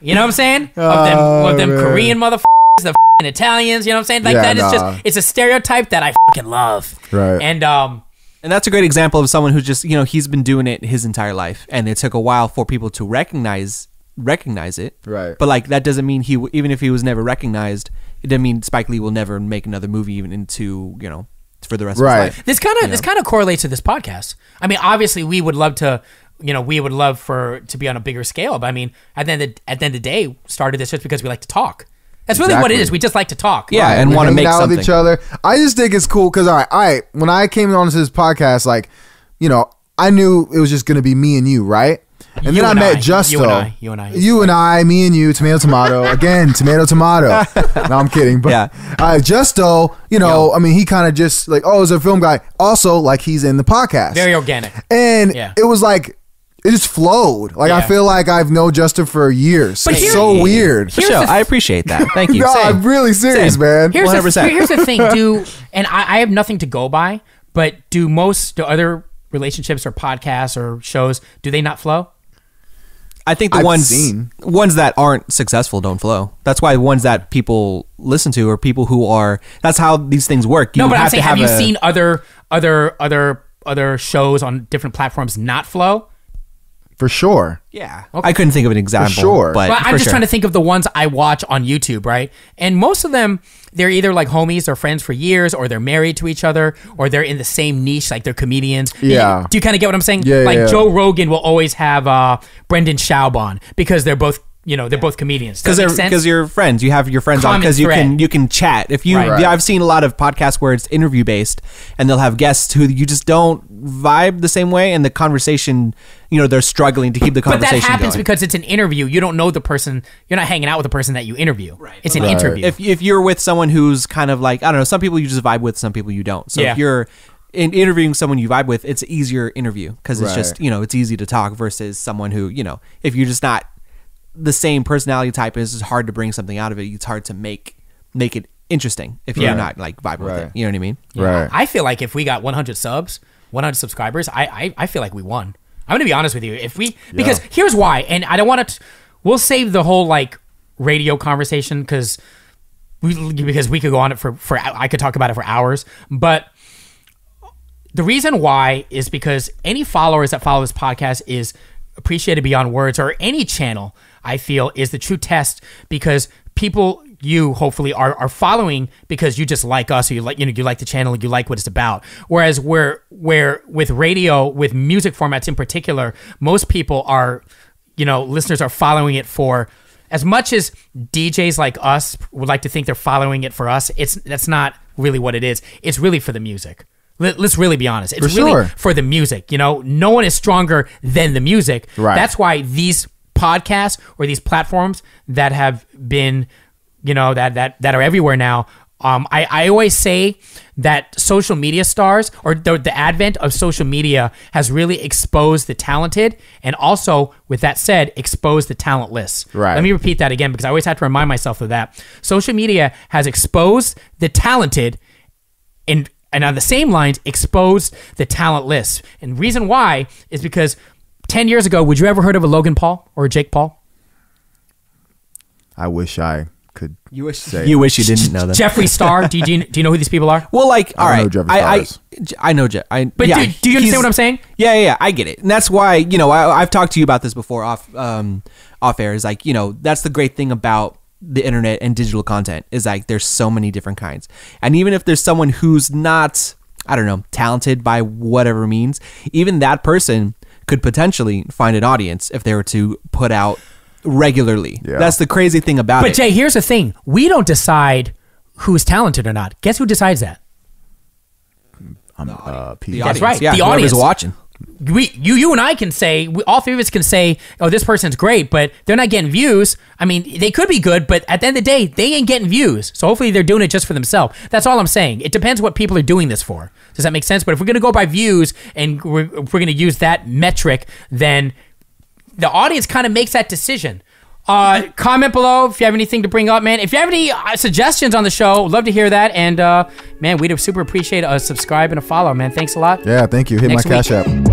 S2: You know what I'm
S3: (laughs)
S2: saying? Of them, of them
S3: Oh, man.
S2: Korean motherfuckers, the f***ing Italians. You know what I'm saying? Like
S3: Yeah,
S2: that is
S3: nah.
S2: just—it's a stereotype that I fucking love.
S3: Right.
S2: And um,
S4: And that's a great example of someone who just, you know, he's been doing it his entire life and it took a while for people to recognize recognize it.
S3: Right.
S4: But like that doesn't mean he w- even if he was never recognized, it doesn't mean Spike Lee will never make another movie even into, you know, for the rest
S3: Right.
S4: of his life.
S2: this kind of this kind of correlates to this podcast. I mean, obviously, we would love to, you know, we would love for to be on a bigger scale. But I mean, at the end of, at the end of the day, started this just because we like to talk. That's really what it
S3: Exactly.
S2: is. We just like to talk.
S4: Yeah, and
S3: we
S4: want to
S3: hang
S4: make
S3: out
S4: something.
S3: with each other. I just think it's cool because all right, all right. When I came onto this podcast, like you know, I knew it was just gonna be me and you, right? And
S2: You
S3: then
S2: and
S3: I met
S2: I.
S3: Justo.
S2: You and I. You and I.
S3: You and I, Me and you. Tomato.
S4: (laughs)
S3: Tomato. Again. Tomato. Tomato. no, I'm kidding. But
S4: Yeah.
S3: uh, Justo, you know, I mean, he kind of just like, oh, is a film guy. Also, like he's in the podcast.
S2: Very organic.
S3: and
S2: Yeah.
S3: it was like. It just flowed. Like I
S2: Yeah.
S3: feel like I've known Justin for years.
S2: But
S3: it's
S2: here-
S3: so weird.
S2: Here's
S3: (laughs)
S4: Michelle,
S2: the th-
S4: I appreciate that. Thank you.
S3: No,
S4: Same.
S3: I'm really serious,
S4: Same.
S3: man.
S2: Here's the,
S4: 100%.
S2: here's the thing.
S4: (laughs)
S2: Do and I, I have nothing to go by, but do most do other relationships or podcasts or shows do they not flow?
S4: I think the
S3: I've
S4: ones
S3: seen.
S4: ones that aren't successful don't flow. That's why ones that people listen to are people who are that's how these things work. You
S2: no, but
S4: have
S2: I'm saying,
S4: to
S2: have,
S4: have,
S2: you
S4: a-
S2: seen other other other other shows on different platforms not flow?
S3: For sure.
S4: Yeah. I couldn't think of an example.
S3: sure.
S4: But
S2: Well, I'm
S4: for
S2: just
S4: sure.
S2: trying to think of the ones I watch on YouTube, right? And most of them, they're either like homies or friends for years, or they're married to each other, or they're in the same niche, like they're comedians. You-
S3: Yeah.
S2: do you kind of get what I'm saying?
S3: Yeah,
S2: Like
S3: yeah.
S2: Joe Rogan will always have uh, Brendan Schaub on because they're both, you know, they're both comedians. Does
S4: because
S2: that make
S4: they're
S2: sense?
S4: because you're friends. You have your friends on
S2: Common
S4: because you
S2: thread.
S4: can you can chat. If you,
S2: Right.
S4: yeah, I've seen a lot of podcasts where it's interview based, and they'll have guests who you just don't vibe the same way, and the conversation, you know, they're struggling to keep the
S2: but that
S4: conversation
S2: happens
S4: going.
S2: because it's an interview. You don't know the person. You're not hanging out with the person that you interview. Right. It's an interview.
S4: if if you're with someone who's kind of like I don't know, some people you just vibe with, some people you don't. So
S2: Yeah.
S4: if you're in interviewing someone you vibe with, it's easier interview because it's just
S3: Right.
S4: you know it's easy to talk versus someone who you know if you're just not the same personality type, it's just hard to bring something out of it. It's hard to make make it interesting if you're
S2: Yeah.
S4: not like vibing with
S3: Right.
S4: it. You know what I mean?
S3: Right.
S2: I feel like if we got 100 subs, 100 subscribers, I I, I feel like we won. I'm gonna be honest with you. If we because here's why, and I don't want to. We'll save the whole like radio conversation because we because we could go on it for for I could talk about it for hours. But the reason why is because any followers that follow this podcast is appreciated beyond words, or any channel I feel is the true test because people you hopefully are are following because you just like us or you like you know you like the channel and you like what it's about. Whereas where where with radio with music formats in particular, most people are you know listeners are following it for as much as DJs like us would like to think they're following it for us. It's that's not really what it is. It's really for the music. Let, us really be honest. It's
S3: For
S2: really
S3: sure.
S2: for the music. You know, no one is stronger than the music.
S3: Right.
S2: That's why these podcasts or these platforms that have been, you know, that that that are everywhere now. Um, I, I always say that social media stars or the, the advent of social media has really exposed the talented and also with that said exposed the talentless
S3: Right.
S2: let me repeat that again because i always have to remind myself of that social media has exposed the talented and and on the same lines exposed the talent list. And reason why is because ten years ago, would you ever heard of a Logan Paul or a Jake Paul?
S3: I wish I could.
S4: You wish
S3: say
S4: you wish you didn't know that.
S2: Jeffree Star. do, you, do you do you know who these people are?
S4: Well, like, all
S3: don't know
S4: right,
S3: who Jeffree Star
S4: I, I,
S3: is.
S4: J- I know Jeff. I,
S2: But
S4: yeah,
S2: dude, do you
S4: he's-
S2: understand what I'm saying?
S4: Yeah, yeah, yeah, I get it, and that's why you know I, I've talked to you about this before off, um, off air. Is like you know that's the great thing about the internet and digital content is like there's so many different kinds, and even if there's someone who's not, I don't know, talented by whatever means, even that person could potentially find an audience if they were to put out regularly.
S3: Yeah.
S4: That's the crazy thing about
S2: But
S4: it.
S2: Jay, here's the thing: we don't decide who's talented or not. Guess who decides that?
S3: I'm uh, Pete.
S4: the
S2: that's
S4: audience,
S2: right,
S4: Yeah,
S2: the
S4: whoever's
S2: audience.
S4: watching.
S2: we you you and I can say we, all three of us can say oh this person's great but they're not getting views I mean they could be good but at the end of the day they ain't getting views so hopefully they're doing it just for themselves that's all I'm saying it depends what people are doing this for does that make sense but if we're gonna go by views and we're, if we're gonna use that metric then the audience kind of makes that decision uh, comment below if you have anything to bring up, man. If you have any uh, suggestions on the show, love to hear that. And uh, man, we'd super appreciate a uh, subscribe and a follow, man. Thanks a lot.
S3: Yeah, thank you. Hit
S2: Next
S3: my cash
S2: week.
S3: app.